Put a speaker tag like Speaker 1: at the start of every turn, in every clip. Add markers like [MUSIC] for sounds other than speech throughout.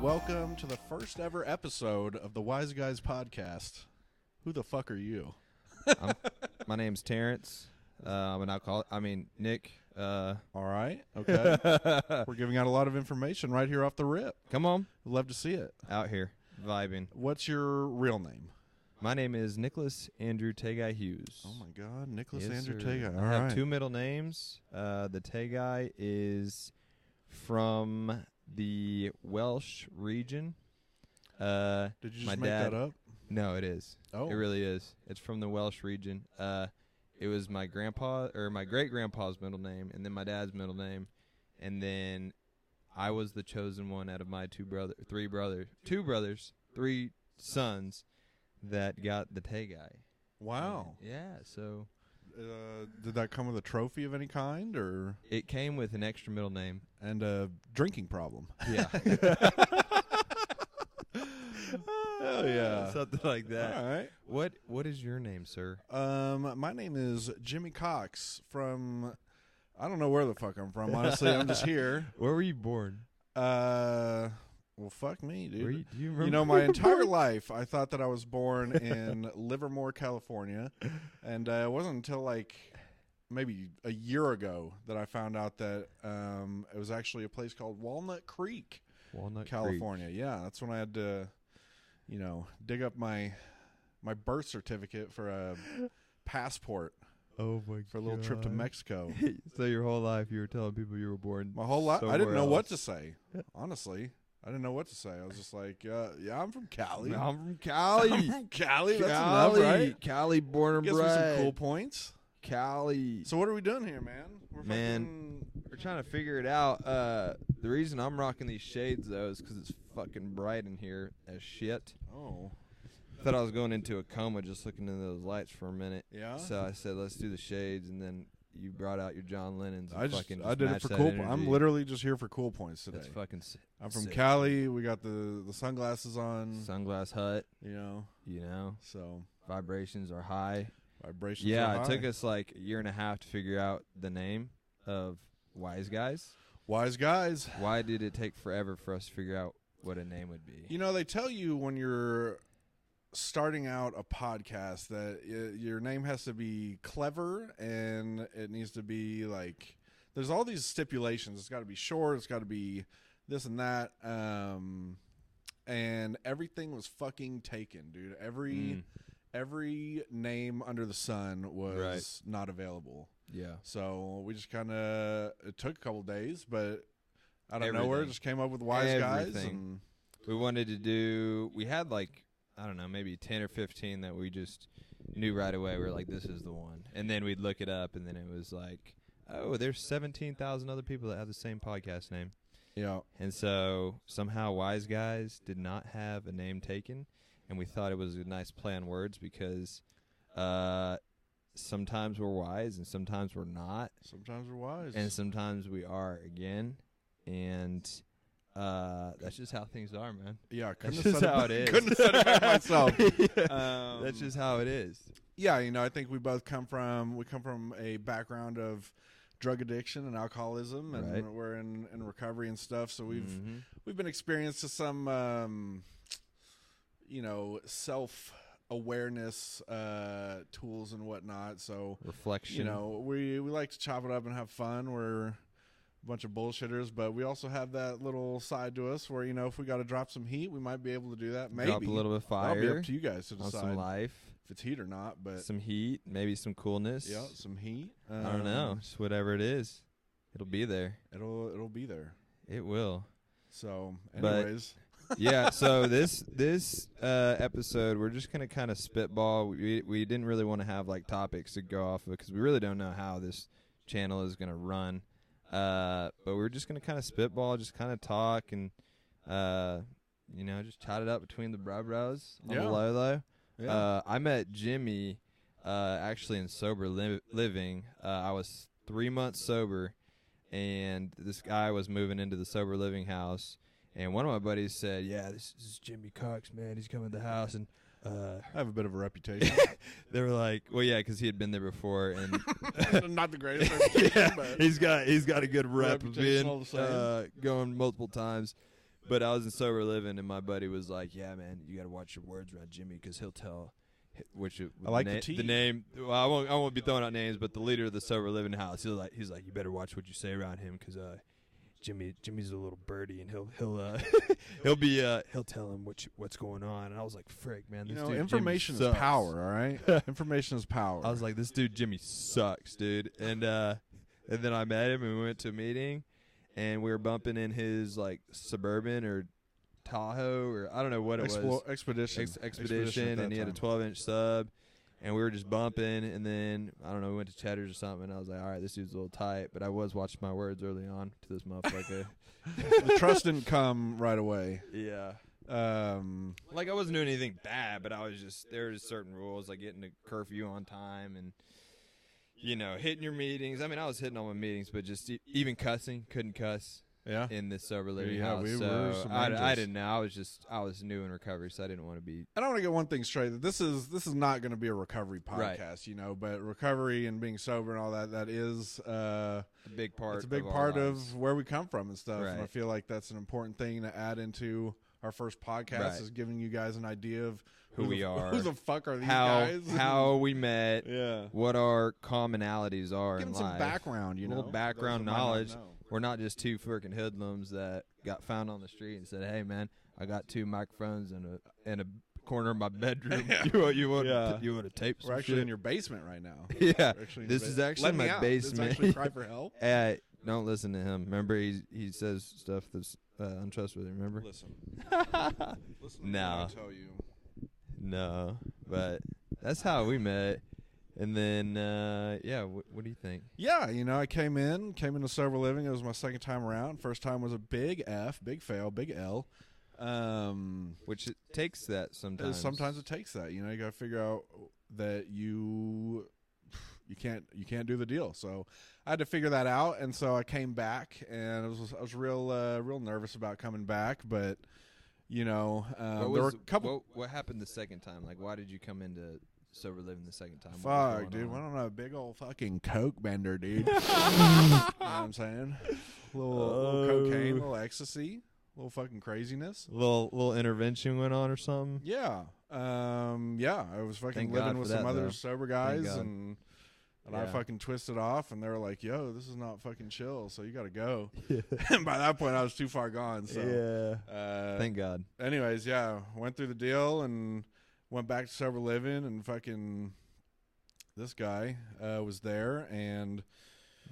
Speaker 1: welcome to the first ever episode of the Wise Guys podcast. Who the fuck are you?
Speaker 2: I'm, my name's Terrence. Uh, I'm an alcoholic. I mean, Nick. Uh,
Speaker 1: All right. [LAUGHS] Okay. We're giving out a lot of information right here off the rip.
Speaker 2: come on,
Speaker 1: Love to see it.
Speaker 2: out here vibing.
Speaker 1: What's your real name?
Speaker 2: My name is Nicholas Andrew Tagai Hughes.
Speaker 1: Oh my God, Nicholas
Speaker 2: Yes,
Speaker 1: Andrew
Speaker 2: sir.
Speaker 1: Tega. All
Speaker 2: I have
Speaker 1: right.
Speaker 2: two middle names. Uh, the Tagai is from the Welsh region. Uh,
Speaker 1: Did you
Speaker 2: my
Speaker 1: just make
Speaker 2: dad-
Speaker 1: that up?
Speaker 2: no, it is.
Speaker 1: Oh,
Speaker 2: It really is. It's from the Welsh region. Uh, it was my grandpa or my great grandpa's middle name, and then my dad's middle name, and then I was the chosen one out of my two brother, three brothers, two brothers, three sons that got the Tay guy.
Speaker 1: wow.
Speaker 2: Yeah. So
Speaker 1: Uh, did that come with a trophy of any kind, or
Speaker 2: it came with an extra middle name.
Speaker 1: and a drinking problem? [LAUGHS]
Speaker 2: Yeah.
Speaker 1: Oh
Speaker 2: [LAUGHS]
Speaker 1: yeah.
Speaker 2: Something like that.
Speaker 1: All right.
Speaker 2: What What is your name, sir?
Speaker 1: Um, my name is Jimmy Cox from. I don't know where the fuck I'm from. Honestly, I'm
Speaker 2: [LAUGHS]
Speaker 1: just here.
Speaker 2: Where were you born?
Speaker 1: Uh, well, fuck me, dude.
Speaker 2: Were you, do you remember?
Speaker 1: You
Speaker 2: [LAUGHS]
Speaker 1: know, my entire life, I thought that I was born in Livermore, California, and uh, it wasn't until like maybe a year ago that I found out that um, it was actually a place called Walnut Creek,
Speaker 2: Walnut
Speaker 1: California. Yeah, that's when I had to, you know, dig up my my birth certificate
Speaker 2: [LAUGHS]
Speaker 1: for a passport
Speaker 2: Creek. Oh my
Speaker 1: for a little trip to
Speaker 2: God.
Speaker 1: Mexico.
Speaker 2: [LAUGHS] so your whole life you were telling people you were born.
Speaker 1: My whole life, I didn't
Speaker 2: somewhere
Speaker 1: know what
Speaker 2: else.
Speaker 1: to say. Honestly, I didn't know what to say. I was just like, uh, "Yeah, I'm from Cali."
Speaker 2: I'm from Cali.
Speaker 1: [LAUGHS] I'm from Cali. That's
Speaker 2: Cali,
Speaker 1: enough, right?
Speaker 2: Cali, born and
Speaker 1: Gives me some
Speaker 2: bred.
Speaker 1: cool points.
Speaker 2: Cali.
Speaker 1: So what are we doing here, man? We're
Speaker 2: Man. we're trying to figure it out. Uh, the reason I'm rocking these shades though is because it's fucking bright in here as shit.
Speaker 1: fucking- Oh,
Speaker 2: Thought I was going into a coma just looking into those lights for a minute.
Speaker 1: yeah.
Speaker 2: So I said, let's do the shades, and then you brought out your John Lennon's. And
Speaker 1: I just,
Speaker 2: fucking
Speaker 1: I did it
Speaker 2: matched
Speaker 1: for
Speaker 2: that
Speaker 1: cool. po-
Speaker 2: Energy.
Speaker 1: I'm literally just here for cool points today.
Speaker 2: That's fucking sick.
Speaker 1: I'm from
Speaker 2: sick.
Speaker 1: Cali. We got the the sunglasses on.
Speaker 2: Sunglass Hut.
Speaker 1: You know,
Speaker 2: You know,
Speaker 1: so
Speaker 2: vibrations are high.
Speaker 1: vibrations.
Speaker 2: Yeah,
Speaker 1: are
Speaker 2: it took
Speaker 1: high.
Speaker 2: us like a year and a half to figure out the name of Wise Guys.
Speaker 1: Wise guys.
Speaker 2: Why did it take forever for us to figure out what a name would be?
Speaker 1: You know, they tell you when you're starting out a podcast that y- your name has to be clever and it needs to be like there's all these stipulations. It's got to be short, it's got to be this and that um and everything was fucking taken, dude. Every
Speaker 2: Mm,
Speaker 1: every name under the sun was not available.
Speaker 2: yeah.
Speaker 1: So we just kind of it took a couple days, but out of
Speaker 2: Everything.
Speaker 1: nowhere just came up with wise guys
Speaker 2: Everything.
Speaker 1: and
Speaker 2: We wanted to do, we had like, I don't know, maybe 10 or 15 that we just knew right away. We were like, this is the one. And then we'd look it up, and then it was like, oh, there's 17,000 other people that have the same podcast name.
Speaker 1: yeah.
Speaker 2: And so somehow Wise Guys did not have a name taken, and we thought it was a nice play on words because uh, sometimes we're wise and sometimes we're not,
Speaker 1: Sometimes we're wise.
Speaker 2: and sometimes we are again, and uh, that's just how things are, man. [LAUGHS]
Speaker 1: yeah, couldn't
Speaker 2: That's
Speaker 1: have
Speaker 2: just
Speaker 1: said
Speaker 2: how
Speaker 1: it,
Speaker 2: it is.
Speaker 1: Couldn't have said it better
Speaker 2: [LAUGHS]
Speaker 1: myself.
Speaker 2: Um, that's just how it is.
Speaker 1: Yeah, you know, I think we both come from we come from a background of drug addiction and alcoholism, and
Speaker 2: Right.
Speaker 1: we're in, in recovery and stuff. So we've
Speaker 2: Mhm.
Speaker 1: we've been experienced to some, um, you know, self awareness uh, tools and whatnot. So
Speaker 2: reflection.
Speaker 1: you know, we we like to chop it up and have fun. We're a bunch of bullshitters, but we also have that little side to us where you know if we got to drop some heat, we might be able to do that. Maybe
Speaker 2: drop a little bit of
Speaker 1: That'll be
Speaker 2: fire
Speaker 1: up to you guys to
Speaker 2: on some
Speaker 1: decide
Speaker 2: life,
Speaker 1: if it's heat or not. But
Speaker 2: some heat, maybe some coolness.
Speaker 1: yeah, some heat.
Speaker 2: I don't know,
Speaker 1: Um,
Speaker 2: just whatever it is, it'll be there.
Speaker 1: It'll it'll be there.
Speaker 2: It will.
Speaker 1: So,
Speaker 2: But-
Speaker 1: anyways,
Speaker 2: yeah so this this uh episode we're just gonna kind of spitball we we didn't really want to have like topics to go off of because we really don't know how this channel is gonna run uh but we're just gonna kind of spitball just kind of talk and uh you know just chat it up between the bro bros on
Speaker 1: Yeah.
Speaker 2: the low low
Speaker 1: yeah.
Speaker 2: uh, I met Jimmy uh, actually in sober li- living. Uh, I was three months sober, and this guy was moving into the sober living house. And one of my buddies said, "Yeah, this, this is Jimmy Cox, man. He's coming to the house." And uh,
Speaker 1: I have a bit of a
Speaker 2: [LAUGHS]
Speaker 1: reputation. [LAUGHS]
Speaker 2: they were like, "Well, yeah, because he had been there before, and
Speaker 1: not the greatest reputation,
Speaker 2: [LAUGHS] yeah,
Speaker 1: but
Speaker 2: he's got he's got a good rep of
Speaker 1: Reputation
Speaker 2: being
Speaker 1: all the same.
Speaker 2: uh, going multiple times. But I was in sober living, and my buddy was like, "Yeah, man, you got to watch your words around Jimmy because he'll tell." Which it-
Speaker 1: I like
Speaker 2: na-
Speaker 1: the tea.
Speaker 2: name. Well, I won't. I won't be throwing out names, but the leader of the sober living house. He's like, he's like, you better watch what you say around him because uh, Jimmy, Jimmy's a little birdie, and he'll he'll uh, [LAUGHS] he'll be uh, he'll tell him what you, what's going on. And I was like, frick, man,
Speaker 1: You
Speaker 2: this
Speaker 1: know,
Speaker 2: dude, Jimmy
Speaker 1: information is
Speaker 2: sucks."
Speaker 1: power.
Speaker 2: [LAUGHS]
Speaker 1: All right, information is power.
Speaker 2: I was like, this dude Jimmy sucks, dude. And uh and then I met him and we went to a meeting and we were bumping in his like suburban or Tahoe or I don't know what it was.
Speaker 1: Explo- expedition,
Speaker 2: Ex- expedition,
Speaker 1: Expedition at that
Speaker 2: and he had a
Speaker 1: time.
Speaker 2: 12 inch sub and we were just bumping and then I don't know, we went to Cheddar's or something and I was like, All right, this dude's a little tight, but I was watching my words early on to this
Speaker 1: [LAUGHS]
Speaker 2: motherfucker.
Speaker 1: the trust didn't come right away.
Speaker 2: yeah.
Speaker 1: Um,
Speaker 2: Like I wasn't doing anything bad, but I was just there was certain rules like getting a curfew on time and you know hitting your meetings. I mean, I was hitting all my meetings, but just e- even cussing couldn't cuss
Speaker 1: yeah,
Speaker 2: in this sober living
Speaker 1: [LAUGHS] Yeah,
Speaker 2: house.
Speaker 1: we were
Speaker 2: so
Speaker 1: some
Speaker 2: I, I
Speaker 1: rangers.
Speaker 2: didn't know. I was just I was new in recovery, so I didn't want to be
Speaker 1: and I want to get one thing straight. that This is this is not going to be a recovery podcast,
Speaker 2: Right.
Speaker 1: you know. But recovery and being sober and all that that is uh,
Speaker 2: a big part.
Speaker 1: it's a big
Speaker 2: of our
Speaker 1: part
Speaker 2: lives.
Speaker 1: of where we come from and stuff. And I
Speaker 2: Right.
Speaker 1: feel like that's an important thing to add into our first podcast
Speaker 2: Right.
Speaker 1: is giving you guys an idea of
Speaker 2: Who
Speaker 1: the-
Speaker 2: we are,
Speaker 1: who the fuck are these
Speaker 2: how
Speaker 1: guys, [LAUGHS]
Speaker 2: how we met,
Speaker 1: yeah,
Speaker 2: what our commonalities are
Speaker 1: give
Speaker 2: in
Speaker 1: them some
Speaker 2: life.
Speaker 1: background, you
Speaker 2: little
Speaker 1: know,
Speaker 2: background
Speaker 1: Those that might not
Speaker 2: knowledge.
Speaker 1: know.
Speaker 2: We're not just two freaking hoodlums that got found on the street and said, "Hey, man, I got two microphones in a in a corner of my
Speaker 1: [LAUGHS]
Speaker 2: bedroom. [LAUGHS] you you would
Speaker 1: Yeah.
Speaker 2: you would have taped some
Speaker 1: We're actually
Speaker 2: shit."
Speaker 1: in your basement right now.
Speaker 2: [LAUGHS] yeah,
Speaker 1: We're actually in your
Speaker 2: this is
Speaker 1: ba-
Speaker 2: actually
Speaker 1: Let
Speaker 2: my
Speaker 1: me out. This is
Speaker 2: basement. [LAUGHS]
Speaker 1: actually cry for help.
Speaker 2: Hey, don't listen to him. Remember, he he says stuff that's uh, untrustworthy. Remember?
Speaker 1: Listen, listen.
Speaker 2: to No. what I
Speaker 1: tell you.
Speaker 2: [LAUGHS] No, but that's how we met. And then, uh, yeah, what, what do you think?
Speaker 1: Yeah, you know, I came in, came into sober living. It was my second time around. First time was a big F, big fail, big L. Um,
Speaker 2: Which it takes that
Speaker 1: Uh,
Speaker 2: sometimes.
Speaker 1: sometimes it takes that you know you gotta figure out that you you can't you can't do the deal so i had to figure that out and so i came back and i was i was real uh, real nervous about coming back but you know um,
Speaker 2: What
Speaker 1: there were a
Speaker 2: was-
Speaker 1: couple
Speaker 2: What, what happened the second time? Like, why did you come into sober living the second time? What was
Speaker 1: fuck
Speaker 2: going
Speaker 1: dude
Speaker 2: on?
Speaker 1: went on a big old fucking coke bender dude you know what i'm saying
Speaker 2: [LAUGHS]
Speaker 1: little, little cocaine
Speaker 2: Oh.
Speaker 1: little ecstasy little fucking craziness
Speaker 2: little little intervention went on or something.
Speaker 1: Yeah. Um yeah, I was fucking
Speaker 2: Thank
Speaker 1: living
Speaker 2: God
Speaker 1: with
Speaker 2: for
Speaker 1: some
Speaker 2: that,
Speaker 1: other
Speaker 2: though.
Speaker 1: sober guys
Speaker 2: God.
Speaker 1: and and I
Speaker 2: Yeah.
Speaker 1: fucking twisted off and they were like, "Yo, this is not fucking chill, so you got
Speaker 2: [LAUGHS]
Speaker 1: to go." [LAUGHS] and by that point I was too far gone, so
Speaker 2: yeah.
Speaker 1: uh
Speaker 2: Thank God.
Speaker 1: anyways, yeah, went through the deal and went back to sober living and fucking this guy uh, was there and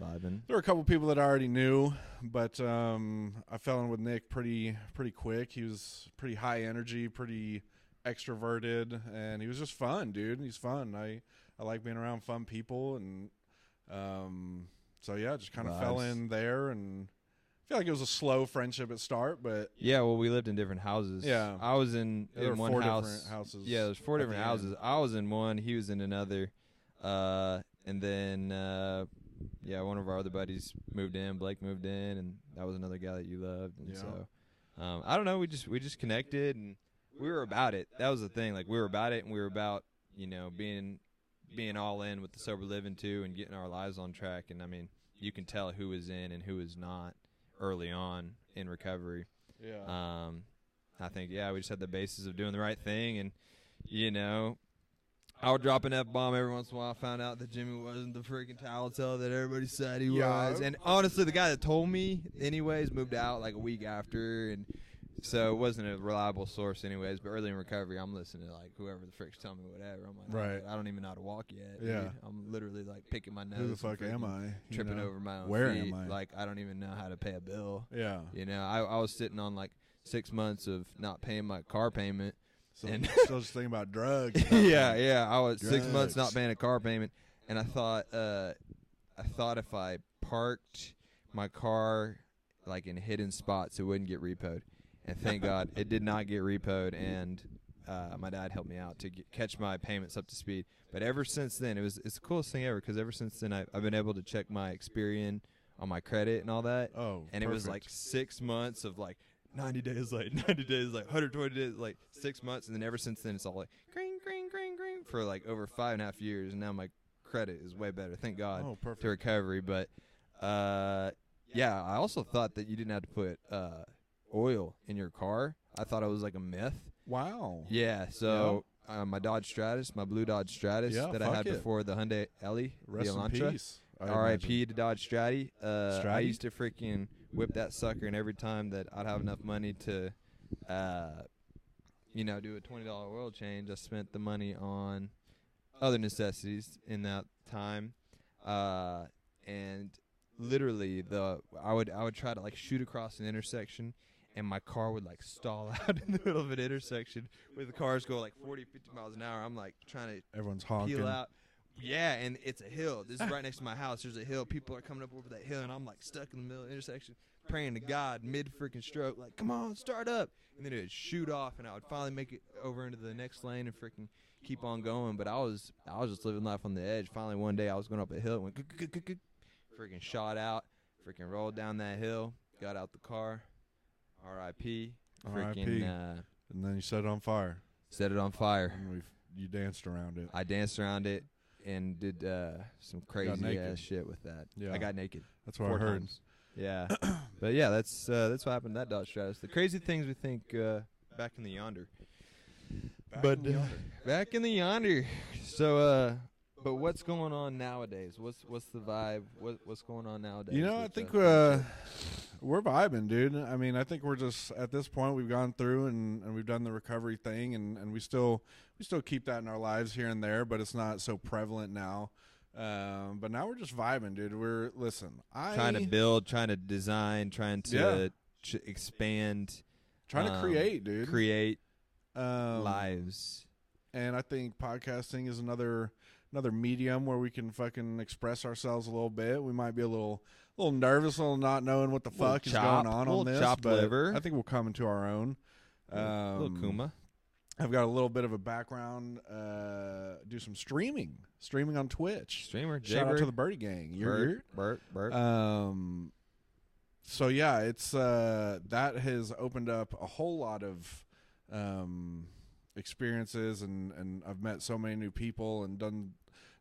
Speaker 2: Vibing.
Speaker 1: there were a couple people that I already knew, but um, I fell in with Nick pretty pretty quick. He was pretty high energy, pretty extroverted, and he was just fun, dude. He's fun. I I like being around fun people, and um, so yeah, just kind of fell
Speaker 2: Vibes.
Speaker 1: in there, and I feel like it was a slow friendship at start, but
Speaker 2: Yeah. Well, we lived in different houses.
Speaker 1: Yeah.
Speaker 2: I was in,
Speaker 1: there
Speaker 2: in
Speaker 1: were
Speaker 2: one
Speaker 1: four
Speaker 2: house.
Speaker 1: different houses.
Speaker 2: Yeah, there's four
Speaker 1: at
Speaker 2: different
Speaker 1: the
Speaker 2: houses.
Speaker 1: end.
Speaker 2: I was in one. He was in another. Uh, and then uh, yeah, one of our other buddies moved in. Blake moved in, and that was another guy that you loved. And
Speaker 1: Yeah.
Speaker 2: so, um, I don't know. We just we just connected, and we were about it. That was the thing. Like we were about it, and we were about you know being being all in with the sober living too, and getting our lives on track. And I mean, you can tell who is in and who is not early on in recovery.
Speaker 1: yeah.
Speaker 2: Um, I think yeah, we just had the basis of doing the right thing, and you know, I would drop an F bomb every once in a while. I found out that Jimmy wasn't the freaking talent cell that everybody said he
Speaker 1: Yeah.
Speaker 2: was, and honestly, the guy that told me, anyways, moved out like a week after, and so it wasn't a reliable source, anyways. But early in recovery, I'm listening to like whoever the frick's telling me whatever. I'm like,
Speaker 1: Right.
Speaker 2: I don't even know how to walk yet.
Speaker 1: Yeah.
Speaker 2: dude. I'm literally like picking my nose.
Speaker 1: Who the
Speaker 2: and
Speaker 1: fuck
Speaker 2: freaking
Speaker 1: am I? You
Speaker 2: Tripping
Speaker 1: know?
Speaker 2: over my own
Speaker 1: Where
Speaker 2: feet.
Speaker 1: am I?
Speaker 2: Like I don't even know how to pay a bill.
Speaker 1: Yeah.
Speaker 2: You know, I, I was sitting on like six months of not paying my car payment. [LAUGHS]
Speaker 1: [LAUGHS] So
Speaker 2: And-
Speaker 1: still just thinking about drugs.
Speaker 2: [LAUGHS] yeah, yeah. I was six months not
Speaker 1: Drugs.
Speaker 2: paying a car payment, and I thought, uh, I thought if I parked my car like in hidden spots, it wouldn't get repoed. And thank God it did not get repoed. And uh, my dad helped me out to get, catch my payments up to speed. But ever since then, it was it's the coolest thing ever because ever since then I, I've been able to check my Experian on my credit and all that
Speaker 1: Oh,
Speaker 2: and it was
Speaker 1: perfect.
Speaker 2: like six months of like 90 days late, [LAUGHS] 90 days late, 120 days like six months, and then ever since then it's all like green, green, green, green for like over five and a half years, and now my credit is way better, thank God,
Speaker 1: oh, perfect.
Speaker 2: to recovery. But uh, yeah, I also thought that you didn't have to put uh, oil in your car. I thought it was like a myth.
Speaker 1: Wow.
Speaker 2: Yeah. So uh, my Dodge Stratus, my blue Dodge Stratus
Speaker 1: Yeah,
Speaker 2: that I
Speaker 1: fuck
Speaker 2: had
Speaker 1: it.
Speaker 2: before the Hyundai Ellie,
Speaker 1: Rest
Speaker 2: the
Speaker 1: in
Speaker 2: Elantra.
Speaker 1: peace. I imagine.
Speaker 2: R.I.P. to Dodge Stratty. Uh, I
Speaker 1: Stratty?
Speaker 2: used to freaking whip that sucker, and every time that I'd have enough money to, uh, you know, do a twenty dollar oil change, I spent the money on other necessities in that time, uh, and literally the I would I would try to like shoot across an intersection. And my car would like stall [LAUGHS] out in the middle of an intersection where the cars go like 40, 50 miles an hour. I'm like trying to
Speaker 1: Everyone's honking.
Speaker 2: peel out. Yeah, and it's a hill. This is right next to my house. There's a hill. People are coming up over that hill, and I'm like stuck in the middle of the intersection, praying to God mid freaking stroke, like, come on, start up. And then it would shoot off, and I would finally make it over into the next lane and freaking keep on going. But I was I was just living life on the edge. Finally, one day I was going up a hill, and went, "Good, good, good, good, good." freaking shot out, freaking rolled down that hill, got out the car, R.I.P.
Speaker 1: R.I.P..
Speaker 2: Freaking uh,
Speaker 1: And then you set it on fire.
Speaker 2: set it on fire.
Speaker 1: And we you danced around it.
Speaker 2: I danced around it and did uh, some crazy
Speaker 1: naked.
Speaker 2: ass shit with that.
Speaker 1: Yeah.
Speaker 2: I got naked
Speaker 1: That's what
Speaker 2: four
Speaker 1: I heard.
Speaker 2: times. Yeah, [COUGHS] but yeah, that's uh, that's what happened to that Dodge Stratus. The crazy things we think uh, back in the yonder,
Speaker 1: Back
Speaker 2: but
Speaker 1: in the
Speaker 2: uh,
Speaker 1: yonder.
Speaker 2: [LAUGHS] back in the yonder. So, uh, but what's going on nowadays? What's what's the vibe? What what's going on nowadays?
Speaker 1: You know, I
Speaker 2: with,
Speaker 1: think
Speaker 2: uh,
Speaker 1: uh, we're vibing, dude. I mean, I think we're just at this point we've gone through and, and we've done the recovery thing, and, and we still we still keep that in our lives here and there, but it's not so prevalent now. Um, but now we're just vibing, dude. We're listen. uh, I
Speaker 2: trying to build, trying to design, trying to
Speaker 1: Yeah.
Speaker 2: ch- expand,
Speaker 1: trying to
Speaker 2: um,
Speaker 1: create, dude.
Speaker 2: create
Speaker 1: um,
Speaker 2: lives.
Speaker 1: and I think podcasting is another another medium where we can fucking express ourselves a little bit. We might be a little a little nervous, a little not knowing what the
Speaker 2: Little
Speaker 1: fuck is
Speaker 2: chopped,
Speaker 1: going on
Speaker 2: little
Speaker 1: on this.
Speaker 2: chopped
Speaker 1: but
Speaker 2: liver.
Speaker 1: I think we'll come into our own. Um,
Speaker 2: Little Kuma.
Speaker 1: I've got a little bit of a background. Uh, do some streaming, streaming on Twitch.
Speaker 2: streamer.
Speaker 1: Shout out
Speaker 2: Jaybird.
Speaker 1: to the Birdie Gang. You're,
Speaker 2: Bert, Bert, Bert.
Speaker 1: um so yeah it's uh that has opened up a whole lot of um experiences and and i've met so many new people and done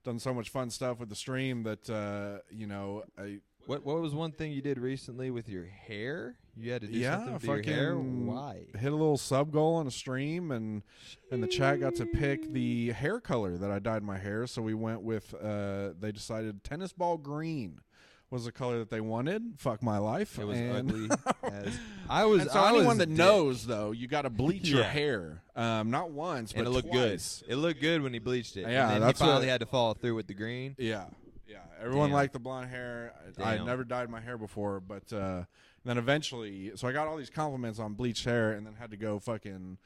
Speaker 1: done so much fun stuff with the stream that uh you know i
Speaker 2: what what was one thing you did recently with your hair? You had to do
Speaker 1: Yeah,
Speaker 2: something with your hair.
Speaker 1: fucking- [LAUGHS]
Speaker 2: Why?
Speaker 1: hit a little sub goal on a stream and and the chat got to pick the hair color that i dyed my hair so we went with uh they decided tennis ball green was the color that they wanted fuck my life
Speaker 2: It was
Speaker 1: And-
Speaker 2: ugly.
Speaker 1: [LAUGHS]
Speaker 2: as, I was.
Speaker 1: And so
Speaker 2: I
Speaker 1: anyone
Speaker 2: was
Speaker 1: that
Speaker 2: a dick.
Speaker 1: knows, though, you got to
Speaker 2: [LAUGHS]
Speaker 1: bleach your
Speaker 2: Yeah.
Speaker 1: hair. Um, not once, but
Speaker 2: and it looked
Speaker 1: twice.
Speaker 2: good. It looked good when he bleached it.
Speaker 1: Yeah,
Speaker 2: and then
Speaker 1: that's
Speaker 2: he finally
Speaker 1: what-
Speaker 2: had to follow through with the green.
Speaker 1: Yeah, yeah. Everyone
Speaker 2: Damn.
Speaker 1: liked the blonde hair. I, I
Speaker 2: Damn.
Speaker 1: never dyed my hair before, but uh, then eventually, so I got all these compliments on bleached hair, and then had to go fucking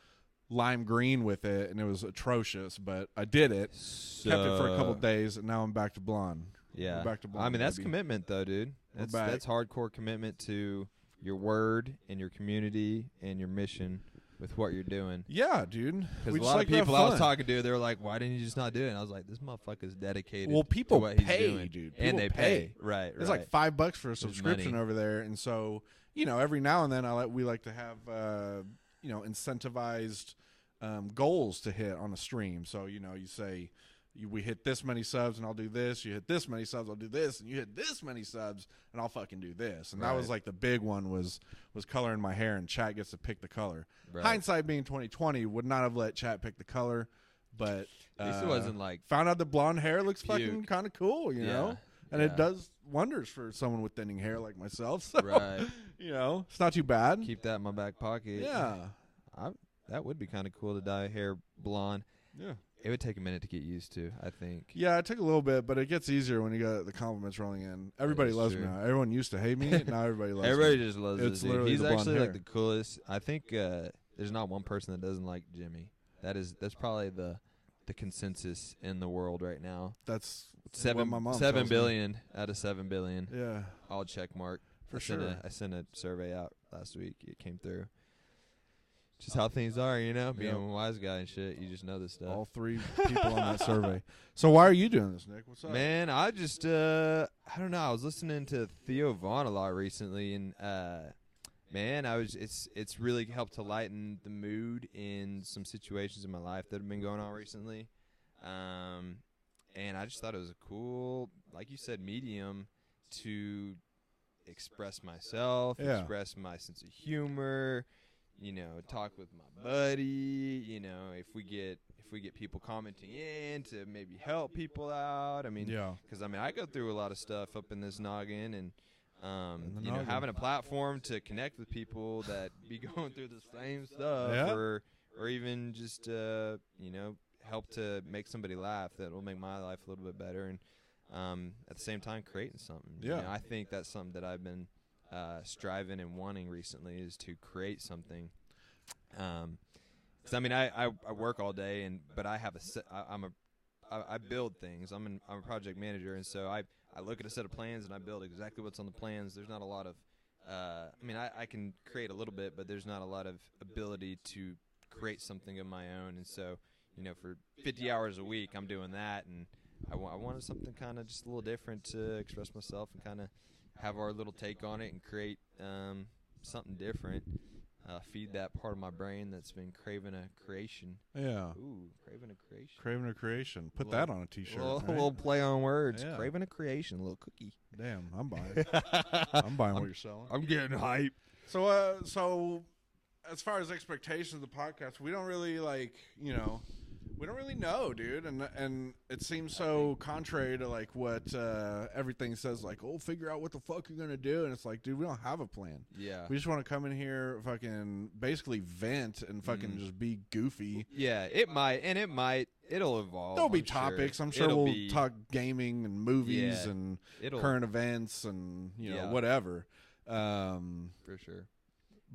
Speaker 1: lime green with it, and it was atrocious. But I did it.
Speaker 2: So,
Speaker 1: Kept it for a couple days, and now I'm back to blonde.
Speaker 2: Yeah,
Speaker 1: We're back to
Speaker 2: I
Speaker 1: blonde,
Speaker 2: mean, that's
Speaker 1: baby.
Speaker 2: commitment, though, dude.
Speaker 1: We're
Speaker 2: That's
Speaker 1: back.
Speaker 2: that's hardcore commitment to your word and your community and your mission with what you're doing.
Speaker 1: Yeah, dude.
Speaker 2: Because a
Speaker 1: We just
Speaker 2: lot
Speaker 1: like
Speaker 2: of
Speaker 1: to have
Speaker 2: people I was
Speaker 1: fun.
Speaker 2: talking to, they were like, "Why didn't you just not do it?" And I was like, "This motherfucker's dedicated."
Speaker 1: Well,
Speaker 2: to
Speaker 1: people
Speaker 2: what he's
Speaker 1: pay,
Speaker 2: doing.
Speaker 1: dude. People
Speaker 2: and they
Speaker 1: pay.
Speaker 2: pay. Right,
Speaker 1: It's
Speaker 2: right.
Speaker 1: like five bucks for a
Speaker 2: money.
Speaker 1: subscription over there, and so you know, every now and then, I like we like to have uh, you know incentivized um, goals to hit on a stream. So you know, you say you, we hit this many subs, and I'll do this. You hit this many subs, I'll do this, and you hit this many subs, and I'll fucking do this. And that was
Speaker 2: Right.
Speaker 1: like the big one was was coloring my hair, and chat gets to pick the color.
Speaker 2: Right.
Speaker 1: Hindsight being twenty twenty, would not have let chat pick the color, but
Speaker 2: At least it
Speaker 1: uh,
Speaker 2: wasn't like
Speaker 1: found out the blonde hair looks
Speaker 2: Puke.
Speaker 1: fucking kind of cool, [LAUGHS] you
Speaker 2: Yeah,
Speaker 1: know? And
Speaker 2: yeah.
Speaker 1: it does wonders for someone with thinning hair like myself. [LAUGHS] So,
Speaker 2: [LAUGHS] Right.
Speaker 1: you know, it's not too bad.
Speaker 2: keep that in my back pocket.
Speaker 1: yeah.
Speaker 2: I, that would be kind of cool to dye hair blonde.
Speaker 1: Yeah.
Speaker 2: It would take a minute to get used to. I think.
Speaker 1: Yeah, it took a little bit, but it gets easier when you got the compliments rolling in. Everybody
Speaker 2: is
Speaker 1: loves
Speaker 2: true.
Speaker 1: me now. Everyone used
Speaker 2: [LAUGHS]
Speaker 1: to hate me. now everybody loves
Speaker 2: Everybody
Speaker 1: me.
Speaker 2: just loves
Speaker 1: It's
Speaker 2: this dude.
Speaker 1: literally
Speaker 2: He's
Speaker 1: the blonde
Speaker 2: actually like
Speaker 1: hair.
Speaker 2: the coolest. I think uh, there's not one person that doesn't like Jimmy. That is that's probably the the consensus in the world right now.
Speaker 1: That's what
Speaker 2: Seven
Speaker 1: my mom
Speaker 2: seven
Speaker 1: tells me.
Speaker 2: billion out of seven billion.
Speaker 1: Yeah,
Speaker 2: I'll check mark.
Speaker 1: for
Speaker 2: I
Speaker 1: sure.
Speaker 2: Sent a, I sent a survey out last week. It came through. Just how things are, you know, being
Speaker 1: Yep.
Speaker 2: a wise guy and shit. You just know this stuff.
Speaker 1: All three people on that
Speaker 2: [LAUGHS]
Speaker 1: survey. So why are you doing this, Nick? What's up?
Speaker 2: Man, I just uh I don't know. I was listening to Theo Vaughn a lot recently and uh man, I was it's it's really helped to lighten the mood in some situations in my life that have been going on recently. Um and I just thought it was a cool like you said medium to express myself,
Speaker 1: Yeah.
Speaker 2: express my sense of humor, you know, talk with my buddy, you know, if we get if we get people commenting in to maybe help people out. I mean,
Speaker 1: yeah.
Speaker 2: because I mean I go through a lot of stuff up in this noggin and um,
Speaker 1: In the
Speaker 2: you know
Speaker 1: noggin.
Speaker 2: having a platform to connect with people that be [LAUGHS] going through the same stuff
Speaker 1: Yeah.
Speaker 2: or or even just uh, you know help to make somebody laugh that will make my life a little bit better and um, at the same time creating something You
Speaker 1: Yeah.
Speaker 2: know, I think that's something that I've been uh, striving and wanting recently is to create something um, 'cause, I mean I, I, I work all day and but I have a se- I, I'm a I, I build things. I'm an, I'm a project manager, and so I I look at a set of plans and I build exactly what's on the plans. There's not a lot of, uh, I mean, I, I can create a little bit, but there's not a lot of ability to create something of my own. And so, you know, for 50 hours a week, I'm doing that, and I wa- I wanted something kind of just a little different to express myself and kind of have our little take on it and create um, something different. Uh, feed that part of my brain that's been craving a creation.
Speaker 1: Yeah.
Speaker 2: Ooh, craving a creation.
Speaker 1: Craven a creation. Put
Speaker 2: Little-
Speaker 1: that on a t-shirt.
Speaker 2: Little,
Speaker 1: right?
Speaker 2: little play on words.
Speaker 1: Yeah.
Speaker 2: Craving a creation, little cookie.
Speaker 1: Damn,
Speaker 2: [LAUGHS]
Speaker 1: I'm buying. I'm buying what you're selling.
Speaker 2: I'm getting hype.
Speaker 1: So, uh, so as far as expectations of the podcast, we don't really like, you know, we don't really know, dude. And and it seems so contrary to like what uh, everything says, like, oh, figure out what the fuck you're gonna do. And it's like, dude, we don't have a plan.
Speaker 2: Yeah.
Speaker 1: We just want to come in here, fucking, basically vent and fucking
Speaker 2: Mhm.
Speaker 1: just be goofy.
Speaker 2: Yeah, it might, and it might. It'll evolve.
Speaker 1: There'll be
Speaker 2: I'm sure.
Speaker 1: topics. I'm sure
Speaker 2: It'll
Speaker 1: we'll
Speaker 2: be-
Speaker 1: talk gaming and movies
Speaker 2: Yeah.
Speaker 1: and
Speaker 2: It'll
Speaker 1: current events and you know
Speaker 2: Yeah.
Speaker 1: whatever. Um,
Speaker 2: for sure.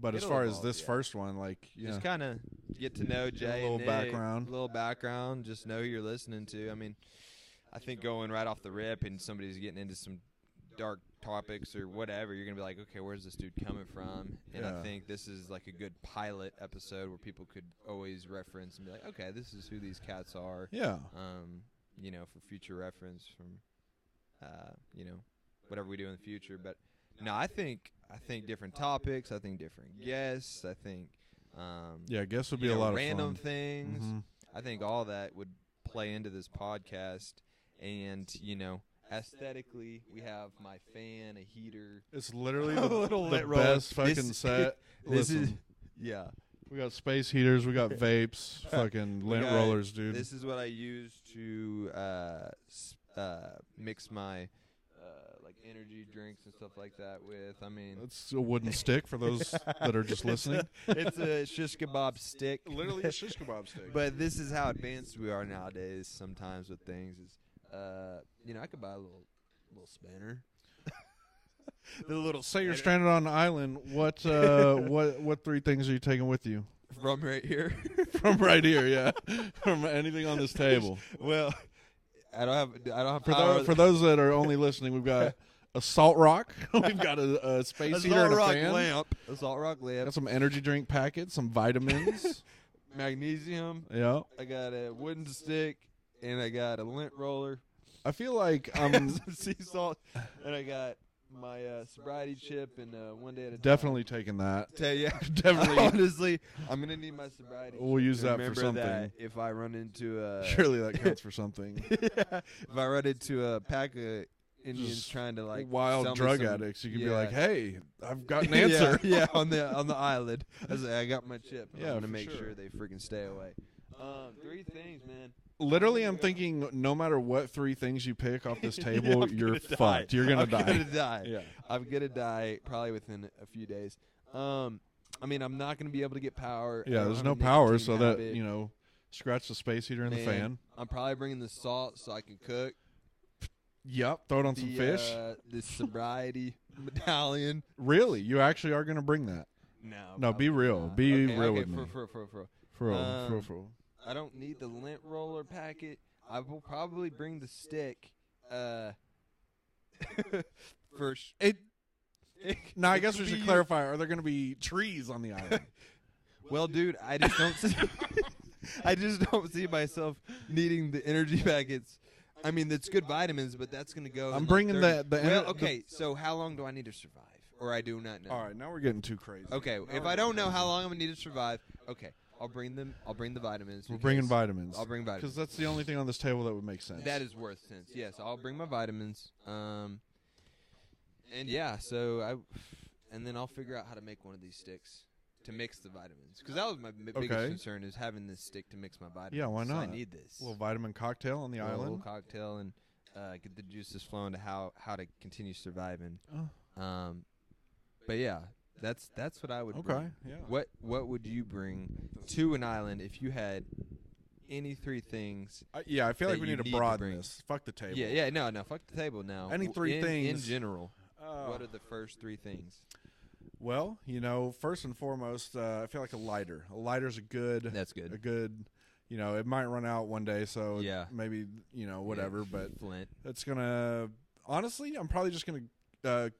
Speaker 1: but as
Speaker 2: It'll
Speaker 1: far as
Speaker 2: evolve,
Speaker 1: this
Speaker 2: yeah.
Speaker 1: first one, like yeah,
Speaker 2: Just kind of get to know Jay. and
Speaker 1: little
Speaker 2: Nick,
Speaker 1: background.
Speaker 2: little background. Just know who you're listening to. I mean, I think going right off the rip and somebody's getting into some dark topics or whatever, you're gonna be like, okay, where's this dude coming from? And
Speaker 1: Yeah.
Speaker 2: I think this is like a good pilot episode where people could always reference and be like, okay, this is who these cats are.
Speaker 1: yeah,
Speaker 2: um, you know, for future reference from, uh, you know, whatever we do in the future. But no, I think I think different topics. I think different guests. I think um,
Speaker 1: yeah. I guess would be
Speaker 2: you
Speaker 1: a
Speaker 2: know,
Speaker 1: lot of
Speaker 2: random
Speaker 1: fun.
Speaker 2: things.
Speaker 1: Mhm.
Speaker 2: I think all that would play into this podcast, and you know, aesthetically, we have my fan, a heater.
Speaker 1: It's
Speaker 2: [LAUGHS]
Speaker 1: literally
Speaker 2: A
Speaker 1: the,
Speaker 2: little
Speaker 1: the
Speaker 2: lit roll.
Speaker 1: best fucking
Speaker 2: This- [LAUGHS]
Speaker 1: set.
Speaker 2: This
Speaker 1: Listen,
Speaker 2: is yeah.
Speaker 1: we got space heaters, we
Speaker 2: [LAUGHS]
Speaker 1: got vapes, fucking lint
Speaker 2: got-
Speaker 1: rollers, dude.
Speaker 2: This is what I use to uh, s- uh, mix my uh, like energy drinks and stuff like that with. I mean,
Speaker 1: [LAUGHS] That's a wooden stick
Speaker 2: [LAUGHS]
Speaker 1: for those that are just listening.
Speaker 2: it's a shish kebab stick. [LAUGHS]
Speaker 1: literally a shish kebab stick.
Speaker 2: but this is how advanced we are nowadays. Sometimes with things is, uh, you know, I could buy a little little spanner. [LAUGHS] the little
Speaker 1: Say you're
Speaker 2: spanner
Speaker 1: stranded on an island. What
Speaker 2: [LAUGHS]
Speaker 1: uh, what what three things are you taking with you [LAUGHS]
Speaker 2: from right here. [LAUGHS]
Speaker 1: from right here? Yeah, [LAUGHS] from anything on this table.
Speaker 2: well, I don't have I don't have
Speaker 1: For,
Speaker 2: power.
Speaker 1: those, for those that are only listening, we've got a salt rock. [LAUGHS]
Speaker 2: [LAUGHS]
Speaker 1: We've got a, a space
Speaker 2: a
Speaker 1: heater
Speaker 2: salt
Speaker 1: and a
Speaker 2: rock
Speaker 1: fan.
Speaker 2: lamp, a salt rock lamp,
Speaker 1: Got some energy drink packets, some
Speaker 2: [LAUGHS]
Speaker 1: vitamins.
Speaker 2: magnesium,
Speaker 1: yeah.
Speaker 2: I got a wooden stick, and I got a lint roller,
Speaker 1: I feel like
Speaker 2: and [LAUGHS]
Speaker 1: I'm
Speaker 2: some sea salt, and I got my uh, sobriety chip and uh, one day at a
Speaker 1: definitely taking
Speaker 2: time.
Speaker 1: that.
Speaker 2: Tell you,
Speaker 1: [LAUGHS] Definitely.
Speaker 2: honestly, I'm gonna need my sobriety.
Speaker 1: We'll
Speaker 2: chip
Speaker 1: use
Speaker 2: to
Speaker 1: that for
Speaker 2: remember
Speaker 1: something.
Speaker 2: that if I run into a
Speaker 1: [LAUGHS] Surely that counts for something.
Speaker 2: [LAUGHS] if I run into a pack of Indians
Speaker 1: Just
Speaker 2: trying to like sell
Speaker 1: Wild
Speaker 2: me
Speaker 1: drug
Speaker 2: some-
Speaker 1: addicts, you can be
Speaker 2: yeah.
Speaker 1: like, "Hey, I've got
Speaker 2: [LAUGHS]
Speaker 1: an
Speaker 2: Yeah,
Speaker 1: answer."
Speaker 2: yeah, on the on the eyelid. I was like, I got my chip.
Speaker 1: Yeah,
Speaker 2: I'm gonna
Speaker 1: for
Speaker 2: make sure.
Speaker 1: sure.
Speaker 2: they freaking stay away. Um, three things, man.
Speaker 1: [LAUGHS] Literally, I'm thinking, no matter what three things you pick
Speaker 2: [LAUGHS]
Speaker 1: off this table,
Speaker 2: I'm
Speaker 1: you're
Speaker 2: gonna die.
Speaker 1: fucked. You're gonna
Speaker 2: I'm
Speaker 1: die.
Speaker 2: Gonna die.
Speaker 1: Yeah.
Speaker 2: I'm gonna die probably within a few days. Um, I mean, I'm not gonna be able to get power.
Speaker 1: Yeah, there's no power, so that you know, scratch the space heater and the fan.
Speaker 2: I'm probably bringing the salt so I can cook.
Speaker 1: Yep, throw it on some
Speaker 2: the,
Speaker 1: fish.
Speaker 2: Uh, the sobriety [LAUGHS] medallion.
Speaker 1: Really, you actually are gonna bring that?
Speaker 2: No.
Speaker 1: No, be
Speaker 2: probably
Speaker 1: real.
Speaker 2: not.
Speaker 1: Be
Speaker 2: Okay,
Speaker 1: real
Speaker 2: okay,
Speaker 1: with
Speaker 2: for,
Speaker 1: me.
Speaker 2: For, for, for.
Speaker 1: For real, for,
Speaker 2: Um,
Speaker 1: real, for real.
Speaker 2: I don't need the lint roller packet. I will probably bring the stick. Uh, [LAUGHS] for sh-
Speaker 1: It,
Speaker 2: [LAUGHS] it,
Speaker 1: now, I
Speaker 2: it
Speaker 1: guess
Speaker 2: could
Speaker 1: we
Speaker 2: be
Speaker 1: should
Speaker 2: used-
Speaker 1: clarify: Are there going to be trees on
Speaker 2: [LAUGHS]
Speaker 1: the island?
Speaker 2: Well, dude, I just don't. See, [LAUGHS] I just don't see myself needing the energy packets. I mean, that's good vitamins, but that's gonna go. in,
Speaker 1: I'm
Speaker 2: like,
Speaker 1: bringing
Speaker 2: 30
Speaker 1: the- the
Speaker 2: well,
Speaker 1: ener-
Speaker 2: okay. So how long do I need to survive? Or I do not know.
Speaker 1: All right, now we're getting too crazy.
Speaker 2: Okay, if I don't know how long I'm gonna need to survive, okay, I'll bring them. I'll bring the vitamins.
Speaker 1: We're
Speaker 2: because
Speaker 1: bringing vitamins
Speaker 2: I'll bring
Speaker 1: because
Speaker 2: vitamins.
Speaker 1: that's the only thing on this table that would make sense.
Speaker 2: That is worth sense. Yes, I'll bring my vitamins. Um, and yeah, so I, and then I'll figure out how to make one of these sticks to mix the vitamins because that was my mi- biggest
Speaker 1: Okay.
Speaker 2: concern is having this stick to mix my vitamins.
Speaker 1: Yeah, why
Speaker 2: So I
Speaker 1: not?
Speaker 2: need this
Speaker 1: little vitamin cocktail on the
Speaker 2: Throw a little
Speaker 1: island.
Speaker 2: cocktail and uh, get the juices flowing to how how to continue surviving.
Speaker 1: Oh,
Speaker 2: Um, but yeah, that's that's what I would.
Speaker 1: okay.
Speaker 2: bring.
Speaker 1: Yeah.
Speaker 2: What what would you bring to an island if you had any three things?
Speaker 1: I, yeah, I feel
Speaker 2: that
Speaker 1: like we
Speaker 2: you
Speaker 1: need to
Speaker 2: need to
Speaker 1: broaden
Speaker 2: bring.
Speaker 1: this. Fuck the table.
Speaker 2: Yeah, yeah, no, no, fuck the table now.
Speaker 1: Any
Speaker 2: W-
Speaker 1: three
Speaker 2: in-
Speaker 1: things.
Speaker 2: in general.
Speaker 1: Uh,
Speaker 2: What are the first three things?
Speaker 1: well, you know, first and foremost, uh, I feel like a lighter. A lighter's a good.
Speaker 2: That's
Speaker 1: a
Speaker 2: good.
Speaker 1: good you know it might run out one day so
Speaker 2: Yeah.
Speaker 1: maybe you know [LAUGHS] whatever
Speaker 2: Yeah,
Speaker 1: but
Speaker 2: Flint.
Speaker 1: it's gonna honestly i'm probably just gonna uh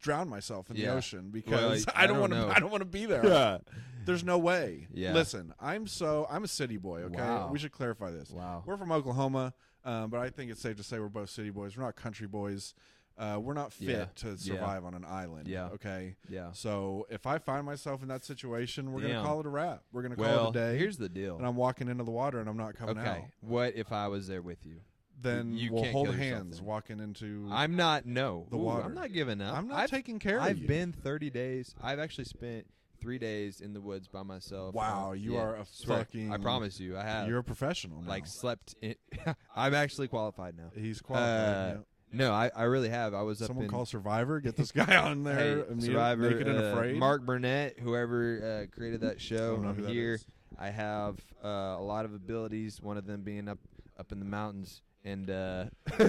Speaker 1: drown myself in
Speaker 2: Yeah.
Speaker 1: the ocean because
Speaker 2: Well, I-
Speaker 1: [LAUGHS] i don't
Speaker 2: I
Speaker 1: want
Speaker 2: don't
Speaker 1: to
Speaker 2: know.
Speaker 1: i don't want to be there there's no way
Speaker 2: Yeah.
Speaker 1: listen i'm so i'm a city boy okay
Speaker 2: Wow.
Speaker 1: we should clarify this
Speaker 2: Wow.
Speaker 1: we're from oklahoma um, but i think it's safe to say we're both city boys we're not country boys uh, we're not fit
Speaker 2: Yeah.
Speaker 1: to
Speaker 2: Yeah.
Speaker 1: survive on an island
Speaker 2: Yeah.
Speaker 1: okay
Speaker 2: Yeah.
Speaker 1: so if i find myself in that situation we're
Speaker 2: Damn.
Speaker 1: gonna call it a wrap we're gonna call
Speaker 2: well,
Speaker 1: it a day
Speaker 2: here's the deal.
Speaker 1: and I'm walking into the water and I'm not coming
Speaker 2: Okay.
Speaker 1: out,
Speaker 2: What if I was there with you?
Speaker 1: then
Speaker 2: You
Speaker 1: we'll
Speaker 2: can't
Speaker 1: hold
Speaker 2: kill yourself
Speaker 1: hands
Speaker 2: then.
Speaker 1: walking into.
Speaker 2: I'm not. No.
Speaker 1: The
Speaker 2: Ooh,
Speaker 1: water.
Speaker 2: I'm not giving up.
Speaker 1: I'm not
Speaker 2: I've,
Speaker 1: taking care
Speaker 2: I've
Speaker 1: of you.
Speaker 2: been 30 days. I've actually spent three days in the woods by myself.
Speaker 1: Wow,
Speaker 2: Uh,
Speaker 1: you
Speaker 2: yeah,
Speaker 1: are a
Speaker 2: swear.
Speaker 1: fucking-
Speaker 2: I promise you, I have.
Speaker 1: You're a professional. Now.
Speaker 2: like slept. In, [LAUGHS] I'm actually qualified now.
Speaker 1: he's
Speaker 2: Uh,
Speaker 1: qualified. yeah.
Speaker 2: No, I, I really have. I was up
Speaker 1: Someone
Speaker 2: in
Speaker 1: call Survivor. Get
Speaker 2: [LAUGHS]
Speaker 1: this guy on there.
Speaker 2: Hey,
Speaker 1: immediate-
Speaker 2: Survivor,
Speaker 1: naked and
Speaker 2: uh,
Speaker 1: afraid.
Speaker 2: Mark Burnett, whoever uh, created that show.
Speaker 1: don't know who
Speaker 2: I'm
Speaker 1: that
Speaker 2: here.
Speaker 1: is.
Speaker 2: I have uh, a lot of abilities. One of them being up up in the mountains, and
Speaker 1: [LAUGHS]
Speaker 2: uh, [LAUGHS]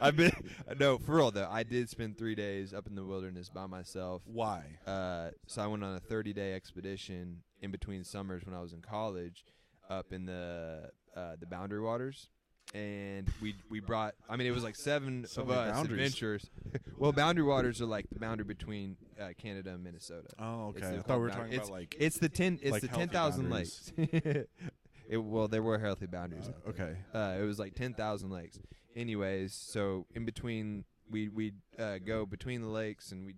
Speaker 2: I've been no for real though. I did spend three days up in the wilderness by myself.
Speaker 1: Why?
Speaker 2: Uh, so I went on a 30 day expedition in between summers when I was in college, up in the uh, the Boundary Waters, and we we brought. I mean, it was like seven
Speaker 1: So
Speaker 2: of
Speaker 1: many
Speaker 2: us
Speaker 1: boundaries.
Speaker 2: adventurers. well, Boundary Waters are like the boundary between uh, Canada and Minnesota.
Speaker 1: Oh, okay.
Speaker 2: It's
Speaker 1: I
Speaker 2: the-
Speaker 1: thought we were
Speaker 2: it's-
Speaker 1: talking about like.
Speaker 2: It's the ten. It's
Speaker 1: Like
Speaker 2: the
Speaker 1: healthy
Speaker 2: ten thousand
Speaker 1: boundaries.
Speaker 2: lakes. [LAUGHS] It- well, there were healthy boundaries. out there.
Speaker 1: okay.
Speaker 2: Uh, it was like ten thousand lakes. Anyways, so in between, we we uh, go between the lakes and we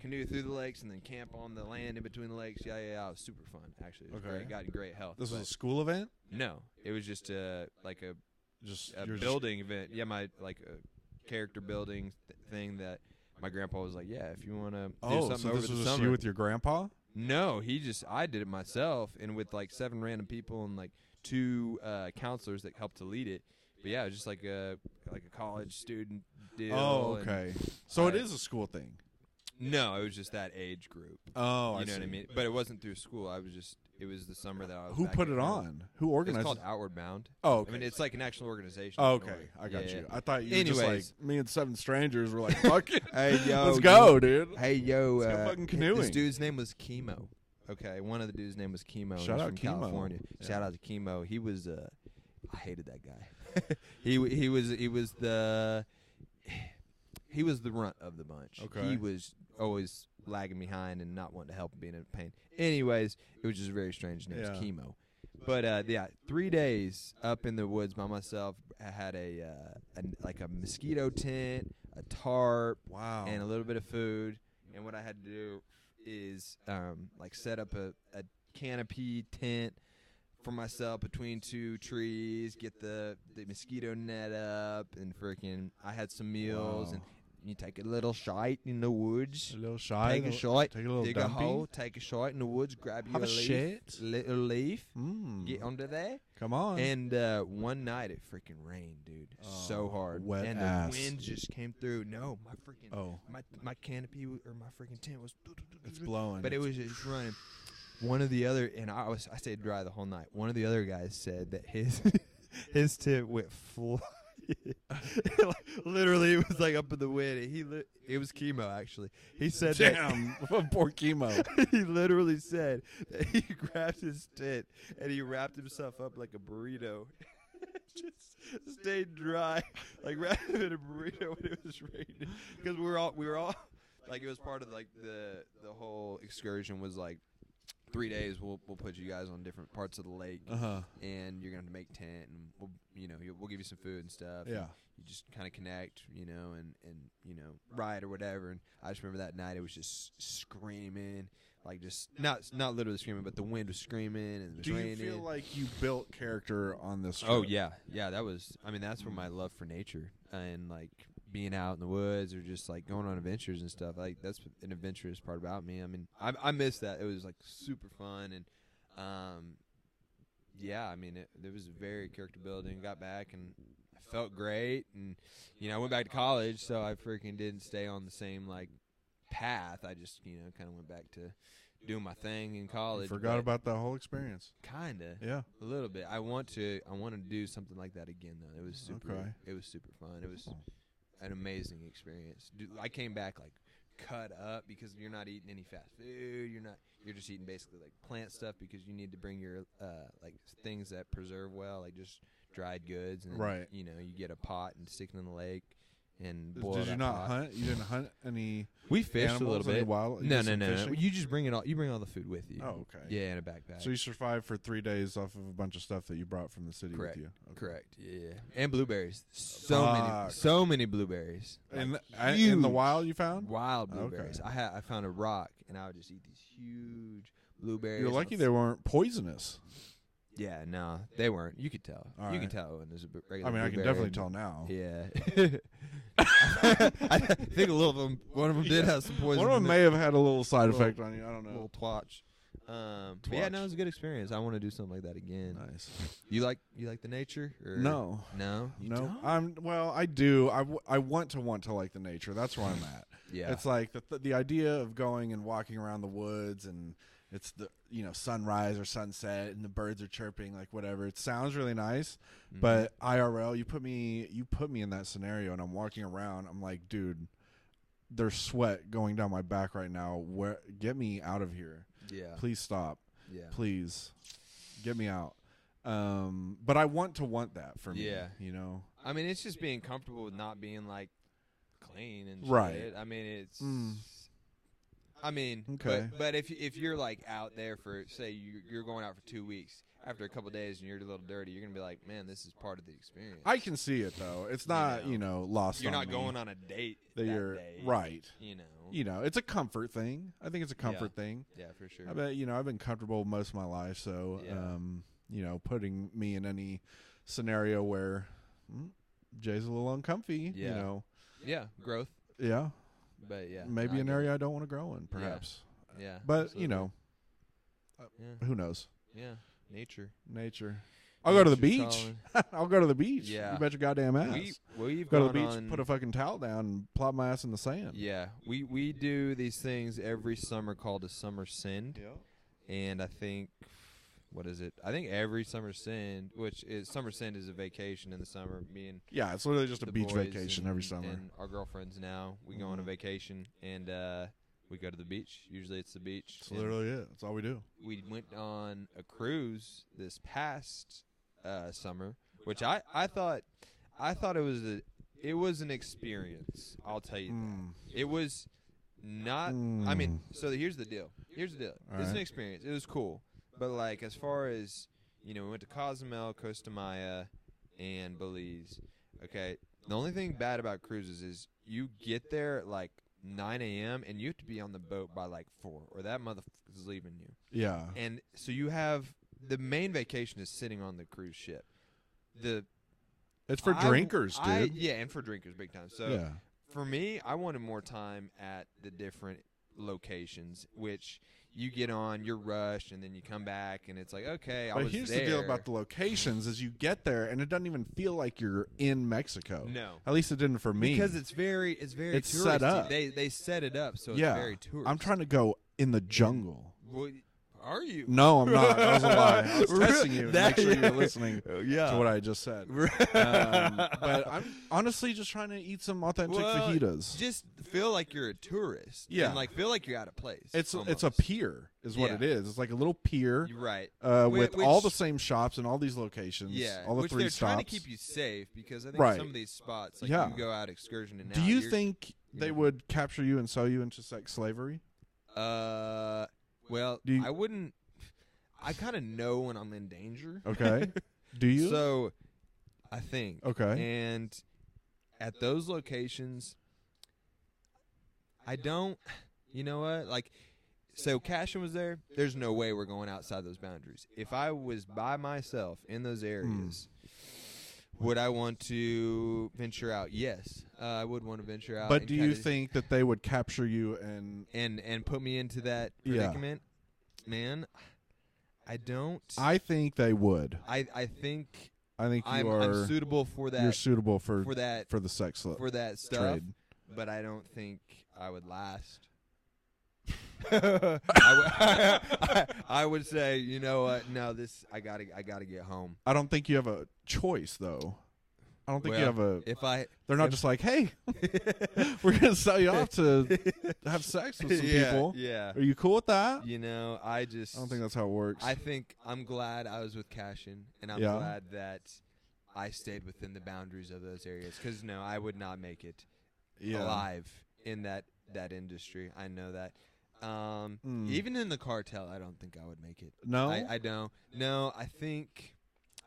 Speaker 2: canoe through the lakes and then camp on the land in between the lakes. Yeah, yeah, yeah. It was super fun actually. It was
Speaker 1: Okay.
Speaker 2: great. Got in great health.
Speaker 1: This was
Speaker 2: but-
Speaker 1: a school event.
Speaker 2: no, it was just a like a,
Speaker 1: Just
Speaker 2: a
Speaker 1: you're just-
Speaker 2: building event. Yeah, my like a character building th- thing that my grandpa was like, yeah, if you want to do
Speaker 1: oh,
Speaker 2: something
Speaker 1: so
Speaker 2: over
Speaker 1: this
Speaker 2: the
Speaker 1: was just
Speaker 2: summer,
Speaker 1: you with your grandpa.
Speaker 2: no, he just I did it myself and with like seven random people and like two uh, counselors that helped to lead it. But yeah, it was just like a like a college student deal.
Speaker 1: Oh,
Speaker 2: and-
Speaker 1: okay. So it
Speaker 2: I-
Speaker 1: is a school thing.
Speaker 2: no, it was just that age group.
Speaker 1: Oh,
Speaker 2: you
Speaker 1: I
Speaker 2: know
Speaker 1: see.
Speaker 2: what I mean? But it wasn't through school. I was just it was the summer that I was.
Speaker 1: Who
Speaker 2: back
Speaker 1: put
Speaker 2: at
Speaker 1: it
Speaker 2: home.
Speaker 1: on? Who
Speaker 2: It's
Speaker 1: organized?
Speaker 2: called
Speaker 1: it?
Speaker 2: Outward Bound.
Speaker 1: Oh, okay.
Speaker 2: I mean, it's like an actual organization.
Speaker 1: Oh,
Speaker 2: in a
Speaker 1: okay,
Speaker 2: way.
Speaker 1: I got
Speaker 2: Yeah,
Speaker 1: you.
Speaker 2: yeah.
Speaker 1: I thought you were just like
Speaker 2: Anyways.
Speaker 1: me and seven strangers were like, "Fuck it,
Speaker 2: Hey, yo,
Speaker 1: [LAUGHS] let's
Speaker 2: you-
Speaker 1: go, dude."
Speaker 2: Hey yo,
Speaker 1: Let's go
Speaker 2: uh,
Speaker 1: fucking
Speaker 2: This
Speaker 1: canoeing.
Speaker 2: dude's name was Chemo. Okay, one of the dude's name was Chemo. and
Speaker 1: Shout
Speaker 2: he's
Speaker 1: out
Speaker 2: from
Speaker 1: Chemo.
Speaker 2: California.
Speaker 1: Yeah.
Speaker 2: Shout out to Chemo. He was. Uh, I hated that guy. [LAUGHS] he w- he was he was the. He was the runt of the bunch.
Speaker 1: Okay.
Speaker 2: He was always lagging behind and not wanting to help and being in pain. Anyways, it was just very strange. His name was
Speaker 1: Yeah.
Speaker 2: Chemo. But uh, yeah, three days up in the woods by myself. I had a, uh, a like a mosquito tent, a tarp,
Speaker 1: Wow.
Speaker 2: and a little bit of food. And what I had to do is um, like set up a, a canopy tent for myself between two trees, get the, the mosquito net up, and freaking I had some meals.
Speaker 1: Wow.
Speaker 2: And you take a little shite in the woods,
Speaker 1: a little shy.
Speaker 2: take a shite,
Speaker 1: Take a little
Speaker 2: dig
Speaker 1: dumpy.
Speaker 2: a hole, take a shite in the woods, grab you
Speaker 1: Have
Speaker 2: a
Speaker 1: a
Speaker 2: leaf,
Speaker 1: shit.
Speaker 2: little leaf,
Speaker 1: Mm.
Speaker 2: get under there.
Speaker 1: Come on.
Speaker 2: And uh, one night it freaking rained, dude, so
Speaker 1: Oh,
Speaker 2: hard,
Speaker 1: wet
Speaker 2: and
Speaker 1: ass.
Speaker 2: the wind just came through. No, my freaking
Speaker 1: oh,
Speaker 2: my my canopy w- or my freaking tent was
Speaker 1: it's blowing.
Speaker 2: but it was just running one of the other and i was i stayed dry the whole night one of the other guys said that his [LAUGHS] his tent went flying [LAUGHS] Like, literally it was like up in the wind he li- it was chemo actually he said that-
Speaker 1: [LAUGHS] damn poor chemo.
Speaker 2: [LAUGHS] he literally said that he [LAUGHS] grabbed his tent and he wrapped himself up like a burrito. [LAUGHS] Just stayed dry, like [LAUGHS] wrapped him in a burrito when it was raining. Because we were all we were all like it was part of like the the whole excursion was like three days. We'll we'll put you guys on different parts of the lake,
Speaker 1: Uh huh.
Speaker 2: and you're gonna have to make tent, and we'll you know we'll give you some food and stuff.
Speaker 1: Yeah.
Speaker 2: you just kind of connect, you know, and and you know, ride or whatever. And I just remember that night it was just screaming, like just not not literally screaming, but the wind was screaming and it was
Speaker 1: Do you
Speaker 2: raining.
Speaker 1: feel like you built character on this?
Speaker 2: oh
Speaker 1: trip?
Speaker 2: yeah, yeah. That was. I mean, that's where my love for nature and like being out in the woods or just like going on adventures and stuff. Like that's an adventurous part about me. I mean, I I miss that. It was like super fun and um yeah, I mean it, it was very character building. Got back and I felt great and you know, I went back to college, so I freaking didn't stay on the same like path. I just, you know, kind of went back to doing my thing in college.
Speaker 1: Forgot about that whole experience.
Speaker 2: kind of.
Speaker 1: Yeah.
Speaker 2: A little bit. I want to. I want to do something like that again, though. It was super.
Speaker 1: Okay.
Speaker 2: It was super fun. It was an amazing experience. Dude, I came back like cut up because you're not eating any fast food. You're not. You're just eating basically like plant stuff because you need to bring your uh like things that preserve well, like just dried goods. And then,
Speaker 1: Right.
Speaker 2: You know, you get a pot and stick it in the lake and boil.
Speaker 1: Did you
Speaker 2: that
Speaker 1: not
Speaker 2: pot.
Speaker 1: hunt? You didn't hunt any
Speaker 2: We fished a
Speaker 1: animals,
Speaker 2: little
Speaker 1: any
Speaker 2: bit.
Speaker 1: wild? you
Speaker 2: No,
Speaker 1: did
Speaker 2: no,
Speaker 1: some
Speaker 2: no, no.
Speaker 1: fishing?
Speaker 2: You just bring it all. You bring all the food with you.
Speaker 1: Oh, okay.
Speaker 2: Yeah, in a backpack.
Speaker 1: So you survived for three days off of a bunch of stuff that you brought from the city
Speaker 2: Correct.
Speaker 1: with you. Okay.
Speaker 2: Correct. Yeah, and blueberries. So many,
Speaker 1: Fuck.
Speaker 2: so many blueberries.
Speaker 1: And
Speaker 2: Like,
Speaker 1: I- in the
Speaker 2: huge
Speaker 1: wild, you found.
Speaker 2: wild
Speaker 1: Okay.
Speaker 2: blueberries. I had, I found a rock, and I would just eat these huge blueberries.
Speaker 1: You're
Speaker 2: on
Speaker 1: lucky
Speaker 2: f-
Speaker 1: they weren't poisonous.
Speaker 2: Yeah, no, they weren't. You could tell.
Speaker 1: All
Speaker 2: you
Speaker 1: right.
Speaker 2: could tell when there's a b-
Speaker 1: I
Speaker 2: regular.
Speaker 1: mean, I can
Speaker 2: blueberry
Speaker 1: definitely
Speaker 2: and-
Speaker 1: tell now.
Speaker 2: Yeah.
Speaker 1: [LAUGHS]
Speaker 2: [LAUGHS] I think a little of them. One of them did have some poison.
Speaker 1: One of
Speaker 2: in
Speaker 1: them
Speaker 2: it.
Speaker 1: may have had a little side
Speaker 2: Little-
Speaker 1: effect on you. I don't know.
Speaker 2: little twatch. Um, but yeah, no,
Speaker 1: Twatch.
Speaker 2: it was a good experience. I want to do something like that again.
Speaker 1: Nice.
Speaker 2: You like you like the nature? Or
Speaker 1: No.
Speaker 2: no, You
Speaker 1: no,
Speaker 2: don't?
Speaker 1: I'm well. I do. I, w- I want to want to like the nature. That's where I'm at.
Speaker 2: yeah,
Speaker 1: It's like the, the idea of going and walking around the woods and it's the you know sunrise or sunset and the birds are chirping like whatever. It sounds really nice,
Speaker 2: Mhm.
Speaker 1: but IRL, you put me you put me in that scenario and I'm walking around. I'm like, dude, there's sweat going down my back right now. Where get me out of here?
Speaker 2: yeah,
Speaker 1: Please stop.
Speaker 2: yeah.
Speaker 1: Please get me out. Um, but I want to want that for me.
Speaker 2: Yeah.
Speaker 1: you know.
Speaker 2: I mean, it's just being comfortable with not being like clean and
Speaker 1: Right.
Speaker 2: shit. I mean, it's.
Speaker 1: Mm.
Speaker 2: I mean,
Speaker 1: Okay.
Speaker 2: but, but if if you're like out there for say you, you're going out for two weeks, after a couple of days and you're a little dirty, you're gonna be like, man, this is part of the experience.
Speaker 1: I can see it though. It's
Speaker 2: You
Speaker 1: not
Speaker 2: know.
Speaker 1: you know lost.
Speaker 2: you're
Speaker 1: on
Speaker 2: not
Speaker 1: me
Speaker 2: going on a date
Speaker 1: that, you're
Speaker 2: day,
Speaker 1: right.
Speaker 2: You know.
Speaker 1: You know, it's a comfort thing. I think it's a comfort thing.
Speaker 2: Yeah, for sure.
Speaker 1: I bet you know I've been comfortable most of my life, so
Speaker 2: Yeah.
Speaker 1: um, you know, putting me in any scenario where mm, Jay's a little uncomfy, you
Speaker 2: Yeah.
Speaker 1: know,
Speaker 2: Yeah, growth.
Speaker 1: yeah,
Speaker 2: But yeah,
Speaker 1: maybe
Speaker 2: I
Speaker 1: an
Speaker 2: get
Speaker 1: area I don't want to grow in, perhaps.
Speaker 2: it. Yeah,
Speaker 1: But
Speaker 2: absolutely.
Speaker 1: you know,
Speaker 2: Yeah,
Speaker 1: who knows?
Speaker 2: yeah, nature.
Speaker 1: Nature. I'll go to the
Speaker 2: Nature
Speaker 1: beach.
Speaker 2: calling.
Speaker 1: [LAUGHS] I'll go to the beach.
Speaker 2: Yeah.
Speaker 1: You bet your goddamn ass.
Speaker 2: We we've
Speaker 1: go to the
Speaker 2: gone
Speaker 1: beach,
Speaker 2: on-
Speaker 1: put a fucking towel down, and plop my ass in the sand.
Speaker 2: Yeah, we we do these things every summer called a summer send,
Speaker 1: Yeah.
Speaker 2: and I think what is it? I think every summer send, which is summer send, is a vacation in the summer. Me and
Speaker 1: Yeah, it's literally just a
Speaker 2: the
Speaker 1: beach
Speaker 2: boys
Speaker 1: vacation
Speaker 2: and-
Speaker 1: every summer.
Speaker 2: And our girlfriends now, we go on a
Speaker 1: Mhm.
Speaker 2: vacation and uh, we go to the beach. Usually it's the beach.
Speaker 1: It's
Speaker 2: and
Speaker 1: literally it. That's all we do.
Speaker 2: we went on a cruise this past uh, summer, which I I thought I thought it was a it was an experience. I'll tell you that.
Speaker 1: Mm.
Speaker 2: It was not. I mean,
Speaker 1: Mm.
Speaker 2: so here's the deal. Here's the deal.
Speaker 1: All
Speaker 2: it's an
Speaker 1: right.
Speaker 2: experience. It was cool, but like as far as you know, we went to Cozumel, Costa Maya, and Belize. Okay, the only thing bad about cruises is you get there at like 9 a.m. and you have to be on the boat by like four, or that motherfucker's leaving you.
Speaker 1: Yeah.
Speaker 2: And so you have the main vacation is sitting on the cruise ship. The
Speaker 1: It's for
Speaker 2: I-
Speaker 1: drinkers, dude.
Speaker 2: I- yeah, and for drinkers, big time. So
Speaker 1: yeah.
Speaker 2: for me, I wanted more time at the different locations, which you get on, you're rushed, and then you come back, and it's like, okay, I
Speaker 1: But
Speaker 2: was
Speaker 1: here's
Speaker 2: there.
Speaker 1: the deal about the locations is you get there and it doesn't even feel like you're in Mexico.
Speaker 2: no,
Speaker 1: At least it didn't for me.
Speaker 2: because it's very, it's very,
Speaker 1: It's set
Speaker 2: touristy.
Speaker 1: up.
Speaker 2: They they set it up so
Speaker 1: Yeah.
Speaker 2: it's very touristy.
Speaker 1: I'm trying to go in
Speaker 2: [LAUGHS]
Speaker 1: the jungle.
Speaker 2: Well, are you?
Speaker 1: No, I'm not. That was a lie. I was testing you to
Speaker 2: That-
Speaker 1: make
Speaker 2: [LAUGHS]
Speaker 1: sure you were listening
Speaker 2: Oh, yeah.
Speaker 1: to what I
Speaker 2: [LAUGHS]
Speaker 1: just said. Um, but I'm honestly just trying to eat some authentic
Speaker 2: Well,
Speaker 1: fajitas.
Speaker 2: just feel like you're a tourist.
Speaker 1: Yeah.
Speaker 2: and like feel like you're out of place.
Speaker 1: It's it's
Speaker 2: almost.
Speaker 1: a pier, is what
Speaker 2: Yeah.
Speaker 1: it is. It's like a little pier
Speaker 2: You're right.
Speaker 1: uh,
Speaker 2: Whi-
Speaker 1: with all the
Speaker 2: which-
Speaker 1: same shops and all these locations.
Speaker 2: Yeah,
Speaker 1: all the
Speaker 2: which
Speaker 1: three
Speaker 2: they're
Speaker 1: stops.
Speaker 2: trying to keep you safe because I think
Speaker 1: Right.
Speaker 2: some of these spots, like
Speaker 1: Yeah.
Speaker 2: you can go out excursion and
Speaker 1: Do
Speaker 2: now
Speaker 1: you
Speaker 2: you're-
Speaker 1: think they
Speaker 2: yeah.
Speaker 1: would capture you and sell you into sex slavery?
Speaker 2: Uh, well,
Speaker 1: Do you-
Speaker 2: I wouldn't. I kind of know when I'm in danger.
Speaker 1: Okay.
Speaker 2: [LAUGHS]
Speaker 1: Do you?
Speaker 2: so, I think.
Speaker 1: okay.
Speaker 2: And at those locations, I don't. You know what? Like, so Cashin was there. There's no way
Speaker 1: Hmm.
Speaker 2: we're going outside those boundaries. If I was by myself in those areas, Would I want to venture out? Yes, uh, I would want to venture out.
Speaker 1: But
Speaker 2: and
Speaker 1: do
Speaker 2: kinda
Speaker 1: you
Speaker 2: just-
Speaker 1: think that they would capture you and
Speaker 2: and and put me into that
Speaker 1: Yeah.
Speaker 2: predicament? Man, I don't.
Speaker 1: I think they would.
Speaker 2: I I think
Speaker 1: I think you
Speaker 2: I'm,
Speaker 1: are
Speaker 2: I'm suitable for
Speaker 1: you're
Speaker 2: that
Speaker 1: suitable for
Speaker 2: for
Speaker 1: for,
Speaker 2: that
Speaker 1: the sex slip
Speaker 2: for that stuff,
Speaker 1: trade.
Speaker 2: but I don't think I would last. [LAUGHS] I would- [LAUGHS] I- I would say, you know what? No, this I gotta I gotta get home.
Speaker 1: I don't think you have a choice though. I don't think you
Speaker 2: Well,
Speaker 1: have a.
Speaker 2: If I [LAUGHS]
Speaker 1: They're not
Speaker 2: if-
Speaker 1: just like, hey, [LAUGHS] we're gonna sell you off
Speaker 2: [LAUGHS]
Speaker 1: to have sex with some
Speaker 2: yeah,
Speaker 1: people.
Speaker 2: yeah,
Speaker 1: Are you cool with that?
Speaker 2: you know, I just
Speaker 1: I don't think that's how it works.
Speaker 2: I think I'm glad I was with Cashin, and I'm
Speaker 1: Yeah.
Speaker 2: glad that I stayed within the boundaries of those areas. Because no, I would not make it
Speaker 1: yeah.
Speaker 2: alive in that that industry. I know that. Um,
Speaker 1: Mm.
Speaker 2: Even in the cartel, I don't think I would make it.
Speaker 1: No.
Speaker 2: I, I don't. No, I think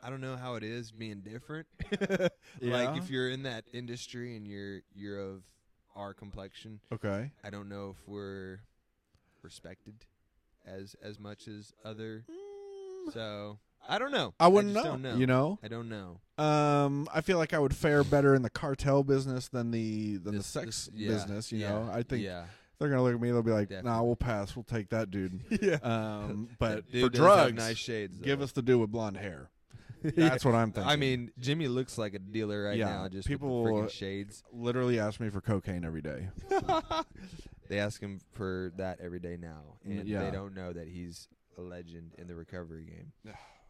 Speaker 2: I don't know how it is being different.
Speaker 1: Yeah.
Speaker 2: Like if you're in that industry and you're you're of our complexion,
Speaker 1: okay.
Speaker 2: I don't know if we're respected as as much as other. So Mm, I don't know.
Speaker 1: I wouldn't
Speaker 2: just
Speaker 1: know,
Speaker 2: don't know.
Speaker 1: You know.
Speaker 2: I don't know.
Speaker 1: Um, I feel like I would fare better in the cartel business than the than the
Speaker 2: This-
Speaker 1: sex
Speaker 2: this- yeah,
Speaker 1: business. You
Speaker 2: yeah,
Speaker 1: know, I think [LAUGHS]
Speaker 2: yeah.
Speaker 1: they're gonna look at me. They'll be like, "Nah,
Speaker 2: Definitely.
Speaker 1: we'll pass. We'll take that
Speaker 2: [LAUGHS]
Speaker 1: dude."
Speaker 2: yeah.
Speaker 1: Um, but
Speaker 2: Dude
Speaker 1: for
Speaker 2: does have
Speaker 1: drugs,
Speaker 2: nice shades.
Speaker 1: give
Speaker 2: though. [LAUGHS]
Speaker 1: us the dude with blonde hair.
Speaker 2: Yeah.
Speaker 1: That's what I'm thinking.
Speaker 2: I mean, Jimmy looks like a dealer right
Speaker 1: Yeah,
Speaker 2: now. Just
Speaker 1: people-
Speaker 2: people with the freaking shades.
Speaker 1: literally ask me for cocaine every day.
Speaker 2: they ask him for that every day now,
Speaker 1: Mm,
Speaker 2: and
Speaker 1: yeah.
Speaker 2: they don't know that he's a legend in the recovery
Speaker 1: [SIGHS]
Speaker 2: game.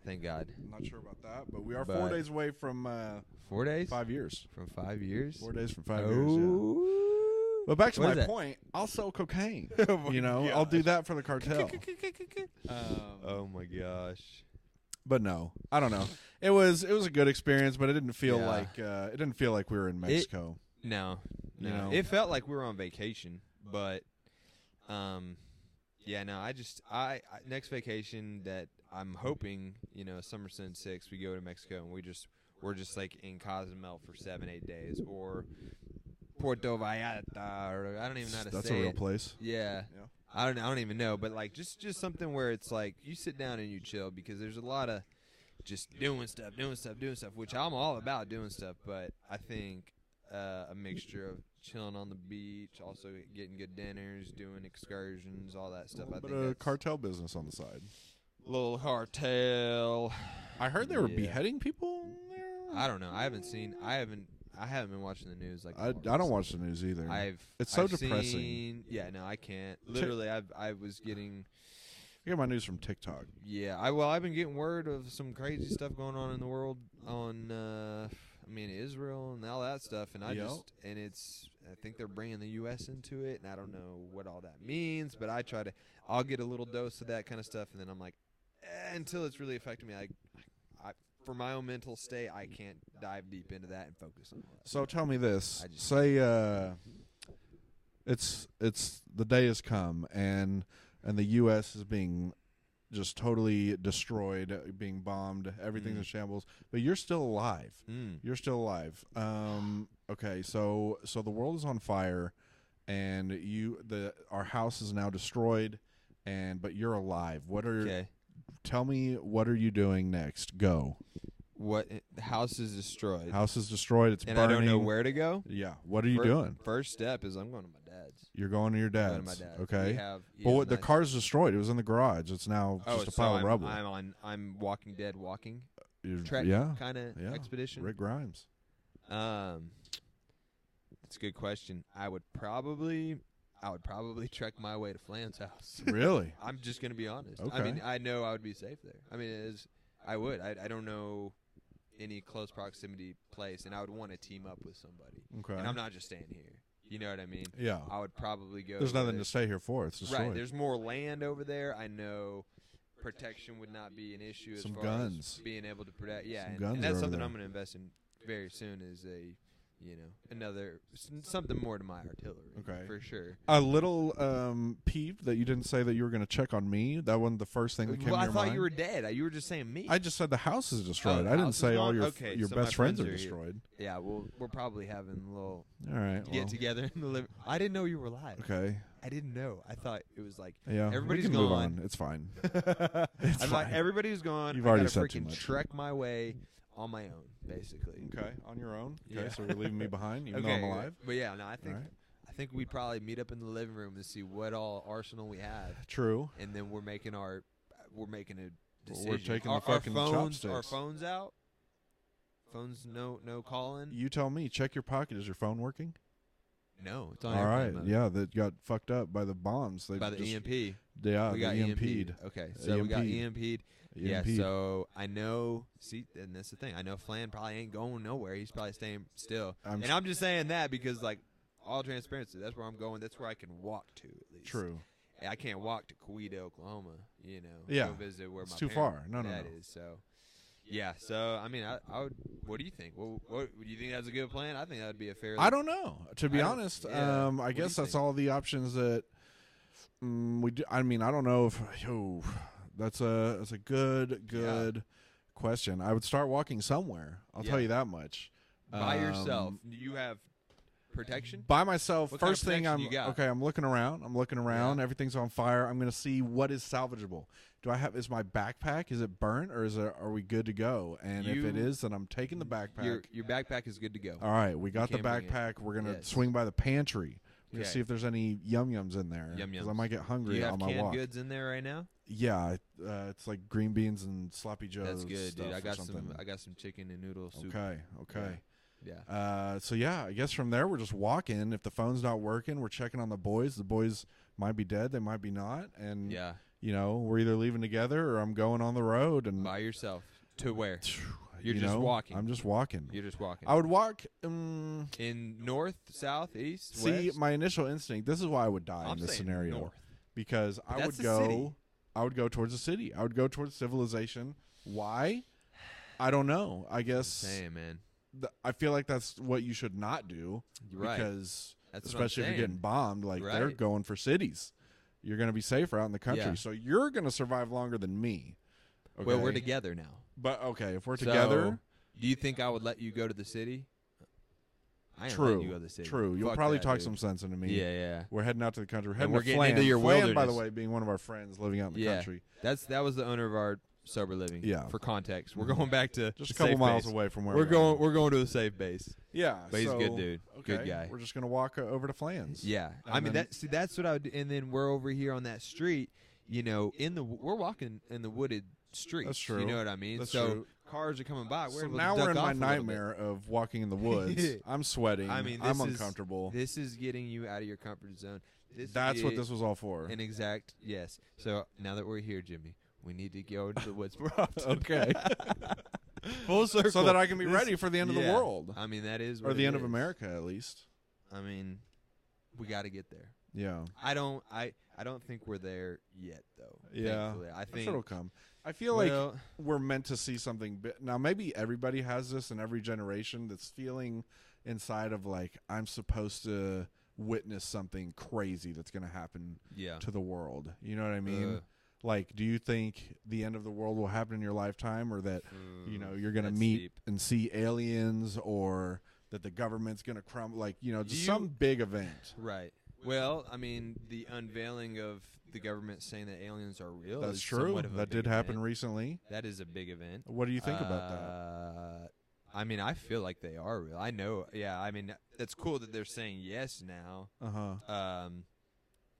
Speaker 2: Thank God.
Speaker 1: I'm not sure about that, but we are four
Speaker 2: But-
Speaker 1: days away from uh,
Speaker 2: Four days
Speaker 1: five years.
Speaker 2: from five years.
Speaker 1: Four days from five years. Yeah.
Speaker 2: Oh.
Speaker 1: But back to
Speaker 2: What
Speaker 1: my
Speaker 2: is that?
Speaker 1: point, I'll
Speaker 2: [LAUGHS]
Speaker 1: sell cocaine.
Speaker 2: Oh my
Speaker 1: you know, I'll do that for
Speaker 2: [LAUGHS]
Speaker 1: the cartel.
Speaker 2: oh my gosh.
Speaker 1: but no, I don't know. It was it was a good experience, but it didn't feel
Speaker 2: Yeah.
Speaker 1: like uh, it didn't feel like we were in Mexico.
Speaker 2: No,
Speaker 1: You
Speaker 2: no.
Speaker 1: know.
Speaker 2: It felt like we were on vacation, but um, yeah. No, I just I, I next vacation that I'm hoping you know summer sun six we go to Mexico and we just we're just like in Cozumel for seven eight days or Puerto Vallarta or I don't even know how to
Speaker 1: That's a
Speaker 2: say
Speaker 1: real
Speaker 2: it.
Speaker 1: place.
Speaker 2: Yeah.
Speaker 1: Yeah.
Speaker 2: I don't I don't even know, but like just just something where it's like you sit down and you chill because there's a lot of just doing stuff, doing stuff, doing stuff, which I'm all about doing stuff, but I think uh, a mixture of chilling on the beach, also getting good dinners, doing excursions, all that stuff. I
Speaker 1: But
Speaker 2: think
Speaker 1: a
Speaker 2: that's
Speaker 1: cartel business on the side.
Speaker 2: little cartel.
Speaker 1: I heard they were
Speaker 2: Yeah.
Speaker 1: beheading people. There.
Speaker 2: I don't know. I haven't seen. I haven't. I haven't been watching the news like
Speaker 1: I,
Speaker 2: the
Speaker 1: I don't
Speaker 2: locals.
Speaker 1: watch the news either.
Speaker 2: I've
Speaker 1: It's so
Speaker 2: I've
Speaker 1: depressing.
Speaker 2: seen- yeah, no, I can't. Literally, I I was getting
Speaker 1: I get my news from TikTok.
Speaker 2: Yeah, I well, I've been getting word of some crazy stuff going on in the world on, uh, I mean, Israel and all that stuff, and I
Speaker 1: Yep.
Speaker 2: just and it's I think they're bringing the U.S. into it, and I don't know what all that means, but I try to, I'll get a little dose of that kind of stuff, and then I'm like, eh, until it's really affecting me, I, I, for my own mental state, I can't dive deep into that and focus on all that.
Speaker 1: So tell me this:
Speaker 2: I just-
Speaker 1: say uh, it's it's the day has come, and and the U.S. is being just totally destroyed, uh, being bombed, everything's
Speaker 2: Mm.
Speaker 1: in shambles. But you're still alive.
Speaker 2: Mm.
Speaker 1: You're still alive. Um, okay, so so the world is on fire, and you the our house is now destroyed, and but you're alive. What are
Speaker 2: Okay,
Speaker 1: tell me what are you doing next? Go.
Speaker 2: what eh, the house is destroyed,
Speaker 1: House is destroyed. It's
Speaker 2: and I
Speaker 1: burning.
Speaker 2: don't know where to go.
Speaker 1: Yeah. What are you
Speaker 2: Fir-
Speaker 1: doing?
Speaker 2: First step is I'm going to my dad's.
Speaker 1: You're going to your
Speaker 2: Go
Speaker 1: dad's.
Speaker 2: to my dad's.
Speaker 1: Okay.
Speaker 2: We have,
Speaker 1: but
Speaker 2: yeah,
Speaker 1: what, the
Speaker 2: nice-
Speaker 1: car's destroyed. It was in the garage. It's now
Speaker 2: Oh,
Speaker 1: just a
Speaker 2: so
Speaker 1: pile
Speaker 2: I'm,
Speaker 1: of rubble.
Speaker 2: I'm on. I'm Walking Dead walking
Speaker 1: You're-
Speaker 2: trek
Speaker 1: yeah.
Speaker 2: kind of
Speaker 1: yeah.
Speaker 2: expedition.
Speaker 1: Rick Grimes.
Speaker 2: Um, it's a good question. I would probably, I would probably [LAUGHS] trek my way to Flan's house.
Speaker 1: Really?
Speaker 2: I'm just gonna be honest.
Speaker 1: Okay.
Speaker 2: I mean, I know I would be safe there. I mean, it is. I would. I, I don't know any close proximity place, and I would want to team up with somebody.
Speaker 1: Okay. Oh.
Speaker 2: And I'm not just staying here. You know what I mean?
Speaker 1: yeah.
Speaker 2: I would probably go.
Speaker 1: There's nothing
Speaker 2: with-
Speaker 1: to stay here for. It's destroyed.
Speaker 2: Right. There's more land over there. I know protection would not be an issue as
Speaker 1: Some
Speaker 2: far
Speaker 1: guns.
Speaker 2: as being able to protect. Yeah,
Speaker 1: Some
Speaker 2: and,
Speaker 1: guns
Speaker 2: and
Speaker 1: are
Speaker 2: that's
Speaker 1: over
Speaker 2: something
Speaker 1: there.
Speaker 2: I'm going to invest in very soon. Is a you know another s- something more to my artillery.
Speaker 1: Okay.
Speaker 2: for sure.
Speaker 1: a little um, peeved that you didn't say that you were going to check on me. That wasn't the first thing that came
Speaker 2: Well,
Speaker 1: to
Speaker 2: I
Speaker 1: your
Speaker 2: thought
Speaker 1: mind.
Speaker 2: you were dead. I- You were just saying me.
Speaker 1: I just said the house is destroyed.
Speaker 2: the
Speaker 1: I didn't
Speaker 2: house is
Speaker 1: say all
Speaker 2: gone?
Speaker 1: your
Speaker 2: Okay,
Speaker 1: your
Speaker 2: so my
Speaker 1: best friends,
Speaker 2: friends
Speaker 1: are
Speaker 2: are here.
Speaker 1: destroyed.
Speaker 2: yeah, well, we're probably having a little
Speaker 1: All right. Well,
Speaker 2: get together in the living. I didn't know you were alive.
Speaker 1: okay.
Speaker 2: I didn't know. I thought it was
Speaker 1: [LAUGHS]
Speaker 2: like
Speaker 1: Yeah. we
Speaker 2: Everybody's
Speaker 1: can move
Speaker 2: gone.
Speaker 1: on. It's fine.
Speaker 2: [LAUGHS] I thought
Speaker 1: fine.
Speaker 2: everybody's gone.
Speaker 1: You've
Speaker 2: I
Speaker 1: already
Speaker 2: gotta
Speaker 1: said too
Speaker 2: freaking
Speaker 1: much.
Speaker 2: trek my way on my own, basically.
Speaker 1: Okay, on your own. Okay,
Speaker 2: Yeah. uh,
Speaker 1: so you're leaving me behind, even though I'm alive.
Speaker 2: But yeah, no, I think
Speaker 1: Alright.
Speaker 2: I think we'd probably meet up in the living room to see what all arsenal we have,
Speaker 1: True.
Speaker 2: and then we're making our we're making a
Speaker 1: Well,
Speaker 2: decision.
Speaker 1: we're taking the
Speaker 2: Our- our
Speaker 1: fucking
Speaker 2: phones, Our
Speaker 1: chopsticks.
Speaker 2: phones out. Phones no no calling.
Speaker 1: You tell me. Check your pocket. Is your phone working?
Speaker 2: No, it's on
Speaker 1: All right.
Speaker 2: airplane mode.
Speaker 1: Yeah, that got fucked up by the bombs. They
Speaker 2: By the
Speaker 1: just,
Speaker 2: EMP,
Speaker 1: Yeah,
Speaker 2: we
Speaker 1: the E
Speaker 2: got
Speaker 1: EMP'd.
Speaker 2: EMP'd. Okay, so we got
Speaker 1: EMP'd.
Speaker 2: EMP'd. Yeah,
Speaker 1: EMP'd.
Speaker 2: so I know. See, and that's the thing. I know Flan probably ain't going nowhere. He's probably staying still.
Speaker 1: I'm
Speaker 2: and I'm just saying that because, like, all transparency, that's where I'm going. That's where I can walk to at least.
Speaker 1: true.
Speaker 2: And I can't walk to Coweta, Oklahoma. You know.
Speaker 1: Yeah,
Speaker 2: Go visit where
Speaker 1: it's
Speaker 2: my
Speaker 1: too
Speaker 2: parent-
Speaker 1: far. No, no,
Speaker 2: that
Speaker 1: no.
Speaker 2: is, so. Yeah, so I mean, I, I would. What do you think? What, what do you think that's a good plan? I think that would be a fair.
Speaker 1: I don't know. To be
Speaker 2: I don't-
Speaker 1: honest,
Speaker 2: yeah.
Speaker 1: um, I
Speaker 2: What do you
Speaker 1: guess that's
Speaker 2: think?
Speaker 1: all the options that mm, we do. I mean, I don't know if. Oh, that's a that's a good good question. I would start walking somewhere. I'll tell
Speaker 2: Yeah.
Speaker 1: you that much.
Speaker 2: uh, by
Speaker 1: Um,
Speaker 2: yourself. You have protection.
Speaker 1: By myself,
Speaker 2: What kind of
Speaker 1: first thing
Speaker 2: protection
Speaker 1: I'm
Speaker 2: you got?
Speaker 1: okay. I'm looking around. I'm looking around. Everything's on fire. I'm gonna see what is salvageable. Do I have? Is my backpack? Is it burnt or is it? Are we good to go? And if it
Speaker 2: You-
Speaker 1: is, then I'm taking the backpack.
Speaker 2: Your your backpack is good to go.
Speaker 1: All right, we got the
Speaker 2: can bring it.
Speaker 1: backpack. We're gonna
Speaker 2: Yes.
Speaker 1: swing by the pantry. We're gonna
Speaker 2: Okay.
Speaker 1: see if there's any yum yums in there.
Speaker 2: Yum
Speaker 1: I
Speaker 2: yums.
Speaker 1: might get
Speaker 2: Do
Speaker 1: hungry
Speaker 2: you
Speaker 1: on
Speaker 2: have
Speaker 1: my
Speaker 2: canned
Speaker 1: walk.
Speaker 2: goods in there right now?
Speaker 1: Yeah, I- uh, it's like green beans and sloppy joes.
Speaker 2: That's good, dude.
Speaker 1: stuff
Speaker 2: I
Speaker 1: or
Speaker 2: got
Speaker 1: something.
Speaker 2: some. I got some chicken and noodle soup.
Speaker 1: okay, okay.
Speaker 2: Yeah.
Speaker 1: Uh, so yeah, I guess from there we're just walking. If the phone's not working, we're checking on the boys. The boys might be dead. They might be not. And
Speaker 2: Yeah.
Speaker 1: you know, we're either leaving together or I'm going on the road. And [SIGHS]
Speaker 2: By yourself. To where? You're
Speaker 1: you
Speaker 2: just
Speaker 1: know,
Speaker 2: walking.
Speaker 1: I'm just walking.
Speaker 2: You're just walking.
Speaker 1: I would walk. Um,
Speaker 2: in north, south, east,
Speaker 1: See,
Speaker 2: west.
Speaker 1: my initial instinct. This is why I would die
Speaker 2: I'm
Speaker 1: in this
Speaker 2: saying
Speaker 1: scenario
Speaker 2: north.
Speaker 1: because I
Speaker 2: that's
Speaker 1: would
Speaker 2: the
Speaker 1: go.
Speaker 2: city.
Speaker 1: I would go towards the city. I would go towards civilization. Why? I don't know. I guess
Speaker 2: Same, man.
Speaker 1: th- I feel like that's what you should not do
Speaker 2: You're right.
Speaker 1: because
Speaker 2: That's what I'm
Speaker 1: especially if you're
Speaker 2: saying.
Speaker 1: getting bombed, like they're
Speaker 2: Right.
Speaker 1: going for cities. You're going to be safer out in the country,
Speaker 2: Yeah.
Speaker 1: so you're going to survive longer than me. Okay?
Speaker 2: Well, we're together now.
Speaker 1: But okay, if we're together,
Speaker 2: So, do you think I would let you go to the city? I ain't
Speaker 1: true,
Speaker 2: letting you go to the city.
Speaker 1: true. You'll
Speaker 2: Fuck
Speaker 1: probably
Speaker 2: that,
Speaker 1: talk
Speaker 2: dude.
Speaker 1: some sense into me.
Speaker 2: Yeah, yeah.
Speaker 1: We're heading out to the country. We're heading
Speaker 2: we're
Speaker 1: to
Speaker 2: getting
Speaker 1: Flan.
Speaker 2: into your
Speaker 1: Flan, by the
Speaker 2: wilderness.
Speaker 1: way, being one of our friends living out in the
Speaker 2: Yeah.
Speaker 1: country,
Speaker 2: That's that was the owner of our sober living.
Speaker 1: Yeah.
Speaker 2: For context, we're going back to
Speaker 1: just a
Speaker 2: the
Speaker 1: couple
Speaker 2: safe
Speaker 1: miles
Speaker 2: base.
Speaker 1: away from where
Speaker 2: We're
Speaker 1: we
Speaker 2: going.
Speaker 1: Are.
Speaker 2: We're going to a safe base.
Speaker 1: Yeah,
Speaker 2: But he's a good
Speaker 1: so-
Speaker 2: dude.
Speaker 1: Okay,
Speaker 2: Good guy.
Speaker 1: We're just gonna walk uh, over to Flans.
Speaker 2: Yeah, I
Speaker 1: And
Speaker 2: mean
Speaker 1: then-
Speaker 2: that. See, that's what I would. do. And then we're over here on that street. You know, in the we're walking in the wooded street.
Speaker 1: That's
Speaker 2: You
Speaker 1: true.
Speaker 2: know what I mean?
Speaker 1: That's
Speaker 2: so
Speaker 1: true.
Speaker 2: cars are coming by. We're
Speaker 1: So
Speaker 2: able to
Speaker 1: now
Speaker 2: duck
Speaker 1: we're in
Speaker 2: off
Speaker 1: my
Speaker 2: a little bit.
Speaker 1: nightmare of walking in
Speaker 2: [LAUGHS]
Speaker 1: the woods. I'm sweating.
Speaker 2: I mean,
Speaker 1: I'm
Speaker 2: this is-
Speaker 1: uncomfortable.
Speaker 2: This is getting you out of your comfort zone. This
Speaker 1: That's what
Speaker 2: is
Speaker 1: this was all for.
Speaker 2: An exact yes. So now that we're here, Jimmy, we need to go into the
Speaker 1: [LAUGHS]
Speaker 2: woods more often. [LAUGHS]
Speaker 1: [LAUGHS] Okay.
Speaker 2: Full circle.
Speaker 1: so that I can be
Speaker 2: This-
Speaker 1: ready for the end of the
Speaker 2: yeah.
Speaker 1: world
Speaker 2: I mean, that is
Speaker 1: or
Speaker 2: what
Speaker 1: the
Speaker 2: it
Speaker 1: end of
Speaker 2: is.
Speaker 1: America, at least.
Speaker 2: I mean, we got to get there.
Speaker 1: Yeah,
Speaker 2: I don't. I. I don't think we're there yet, though.
Speaker 1: Yeah.
Speaker 2: Thankfully. I
Speaker 1: I'm
Speaker 2: think.
Speaker 1: sure it'll come. I feel like
Speaker 2: well,
Speaker 1: we're meant to see something bi- now maybe everybody has this in every generation that's feeling inside of like i'm supposed to witness something crazy that's going to happen
Speaker 2: yeah.
Speaker 1: to the world you know what i mean
Speaker 2: Uh,
Speaker 1: like do you think the end of the world will happen in your lifetime or that you know you're going to
Speaker 2: Mm. that's
Speaker 1: meet
Speaker 2: deep.
Speaker 1: and see aliens or that the government's going to crumble like you know just
Speaker 2: You-
Speaker 1: some big event
Speaker 2: Right. Well, I mean, the unveiling of the government saying that aliens are real.
Speaker 1: that's
Speaker 2: is
Speaker 1: true
Speaker 2: somewhat of a
Speaker 1: that
Speaker 2: big
Speaker 1: did happen
Speaker 2: event.
Speaker 1: recently
Speaker 2: that is a big event.
Speaker 1: what do you think about
Speaker 2: Uh,
Speaker 1: that
Speaker 2: that? I mean, I feel like they are real. I know. Yeah. I mean, it's cool that they're saying yes now.
Speaker 1: uh-huh
Speaker 2: Um,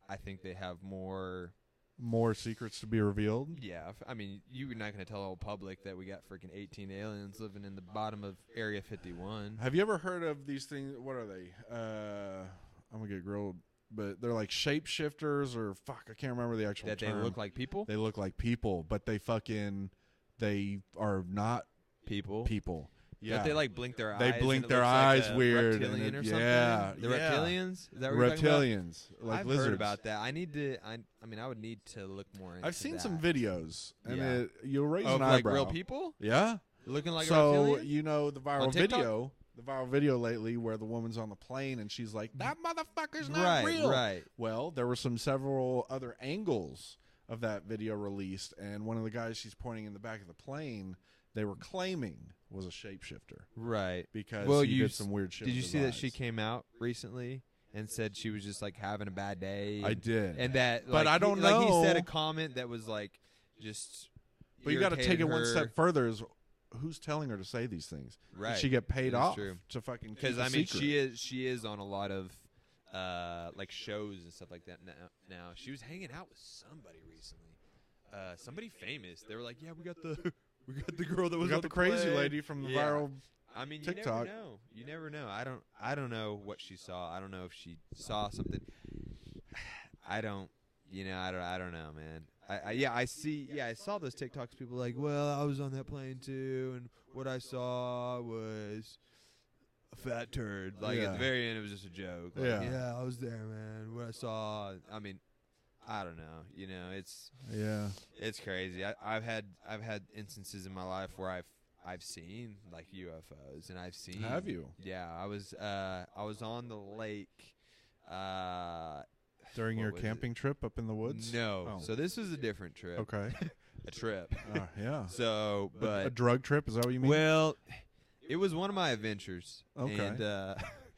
Speaker 2: I think they have more.
Speaker 1: more secrets to be revealed
Speaker 2: Yeah. if- I mean, you're not going to tell the whole public that we got freaking 18 aliens living in the bottom of Area 51.
Speaker 1: Have you ever heard of these things? What are they? Uh, I'm gonna get grilled, but they're like shapeshifters or fuck, I can't remember the actual
Speaker 2: That they
Speaker 1: term.
Speaker 2: look like people.
Speaker 1: they look like people, but they fucking they are not
Speaker 2: People.
Speaker 1: people. Yeah,
Speaker 2: Don't they like blink their
Speaker 1: They
Speaker 2: eyes?
Speaker 1: blink
Speaker 2: and it
Speaker 1: their
Speaker 2: looks like
Speaker 1: eyes
Speaker 2: a
Speaker 1: weird and
Speaker 2: Reptilian
Speaker 1: it-
Speaker 2: or
Speaker 1: yeah,
Speaker 2: something. The
Speaker 1: yeah.
Speaker 2: reptilians? Is that what You're talking
Speaker 1: reptilians,
Speaker 2: about?
Speaker 1: like
Speaker 2: I've
Speaker 1: lizards.
Speaker 2: heard about that. I need to. I, I mean, I would need to look more. Into
Speaker 1: I've seen
Speaker 2: that.
Speaker 1: some videos, and
Speaker 2: Yeah.
Speaker 1: it, you'll raise
Speaker 2: of
Speaker 1: an
Speaker 2: like
Speaker 1: eyebrow.
Speaker 2: real people
Speaker 1: Yeah.
Speaker 2: looking like a
Speaker 1: so
Speaker 2: reptilian.
Speaker 1: you know the viral
Speaker 2: On TikTok?
Speaker 1: video, the viral video lately where the woman's on the plane and she's like, "That motherfucker's not
Speaker 2: right,
Speaker 1: real."
Speaker 2: right.
Speaker 1: Well, there were some several other angles of that video released, and one of the guys she's pointing in the back of the plane, they were claiming was a shapeshifter
Speaker 2: Right.
Speaker 1: because
Speaker 2: Well,
Speaker 1: he
Speaker 2: you
Speaker 1: did
Speaker 2: s-
Speaker 1: some weird shit.
Speaker 2: Did
Speaker 1: with
Speaker 2: you
Speaker 1: his
Speaker 2: see that she
Speaker 1: eyes.
Speaker 2: came out recently and said she was just like having a bad day?
Speaker 1: I
Speaker 2: and-
Speaker 1: did.
Speaker 2: And that,
Speaker 1: But
Speaker 2: like,
Speaker 1: I don't
Speaker 2: he, Like he said
Speaker 1: know-
Speaker 2: a comment that was like, just.
Speaker 1: but you got to
Speaker 2: irritated
Speaker 1: take it one
Speaker 2: her.
Speaker 1: step further. Is who's telling her to say these things?
Speaker 2: Right.
Speaker 1: Did she get paid
Speaker 2: That is
Speaker 1: off
Speaker 2: true.
Speaker 1: to fucking
Speaker 2: Because
Speaker 1: keep a
Speaker 2: I mean,
Speaker 1: secret?
Speaker 2: she is she is on a lot of uh, like shows and stuff like that now. Now she was hanging out with somebody recently, uh, somebody famous. They were like, "Yeah, we got the [LAUGHS] we got the girl that
Speaker 1: We
Speaker 2: was on
Speaker 1: got the crazy
Speaker 2: plane."
Speaker 1: lady from the
Speaker 2: Yeah.
Speaker 1: viral.
Speaker 2: I mean,
Speaker 1: TikTok.
Speaker 2: you never know. You never know. I don't. I don't know what she saw. I don't know if she saw something. [SIGHS] I don't. You know. I don't. I don't know, man. I, I yeah. I see. Yeah. I saw those TikToks. People like, well, I was on that plane too, and what I saw was a fat turd. Like at
Speaker 1: Yeah.
Speaker 2: the very end, it was just a joke. Like,
Speaker 1: Yeah.
Speaker 2: yeah. I was there, man. What I saw. I mean, I don't know. You know, it's
Speaker 1: Yeah.
Speaker 2: it's crazy. I, I've had I've had instances in my life where I've I've seen like UFOs and I've seen
Speaker 1: Have you?
Speaker 2: Yeah, I was uh I was on the lake. Uh,
Speaker 1: During
Speaker 2: What
Speaker 1: your
Speaker 2: was it?
Speaker 1: camping trip up in the woods?
Speaker 2: no.
Speaker 1: Oh.
Speaker 2: So this was a different trip. [LAUGHS]
Speaker 1: Okay.
Speaker 2: A trip.
Speaker 1: Uh, yeah.
Speaker 2: so,
Speaker 1: [LAUGHS] A- a
Speaker 2: but
Speaker 1: drug trip? Is that what you mean?
Speaker 2: well, it was one of my adventures.
Speaker 1: Okay.
Speaker 2: And,
Speaker 1: [LAUGHS]
Speaker 2: uh,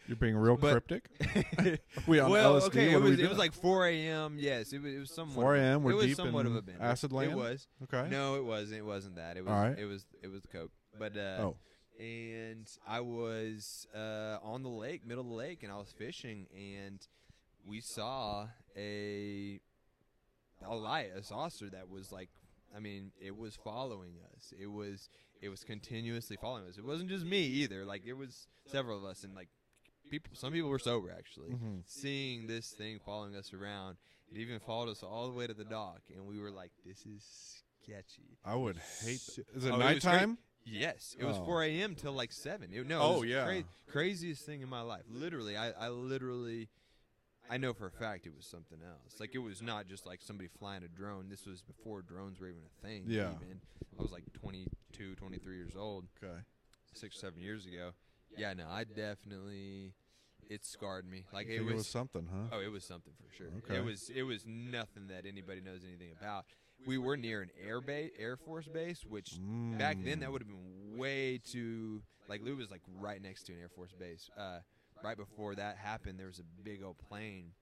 Speaker 1: You're being real
Speaker 2: but- [LAUGHS]
Speaker 1: cryptic. We on
Speaker 2: well,
Speaker 1: LSD?
Speaker 2: okay. It
Speaker 1: What are we
Speaker 2: was, it
Speaker 1: doing?
Speaker 2: was like 4 a.m. Yes, it was. It was somewhat.
Speaker 1: 4 a.m. We're
Speaker 2: it was
Speaker 1: deep
Speaker 2: somewhat
Speaker 1: in
Speaker 2: of a bender.
Speaker 1: acid land?
Speaker 2: It was.
Speaker 1: Okay.
Speaker 2: No, it wasn't. It wasn't that. It was.
Speaker 1: All right.
Speaker 2: It was. It was the coke. But uh,
Speaker 1: Oh.
Speaker 2: and I was uh, on the lake, middle of the lake, and I was fishing, and we saw a a light, a saucer that was like, I mean, it was following us. It was it was continuously following us. It wasn't just me either. Like there was several of us, and like people, some people were sober actually,
Speaker 1: Mhm.
Speaker 2: seeing this thing following us around. It even followed us all the way to the dock, and we were like, "This is sketchy."
Speaker 1: I would hate.
Speaker 2: So-
Speaker 1: That. Is it
Speaker 2: Oh, it was
Speaker 1: nighttime?
Speaker 2: Yes, it was
Speaker 1: Oh.
Speaker 2: 4 a.m. till like seven. It, no, it
Speaker 1: Oh,
Speaker 2: was
Speaker 1: yeah.
Speaker 2: cra- craziest thing in my life. Literally, I, I literally, I know for a fact it was something else. Like it was not just like somebody flying a drone. This was before drones were even a thing.
Speaker 1: Yeah.
Speaker 2: even. I was like 22, 23 years old,
Speaker 1: Okay.
Speaker 2: six or seven years ago. Yeah, no, I definitely, it scarred me. Like
Speaker 1: You
Speaker 2: it
Speaker 1: think
Speaker 2: was,
Speaker 1: something, huh?
Speaker 2: Oh, it was something for sure.
Speaker 1: Okay.
Speaker 2: It was it was nothing that anybody knows anything about. We were near an air base, Air Force base, which
Speaker 1: Mm.
Speaker 2: back then that would have been way too like Lou was like right next to an Air Force base. Uh, right before that happened, there was a big old plane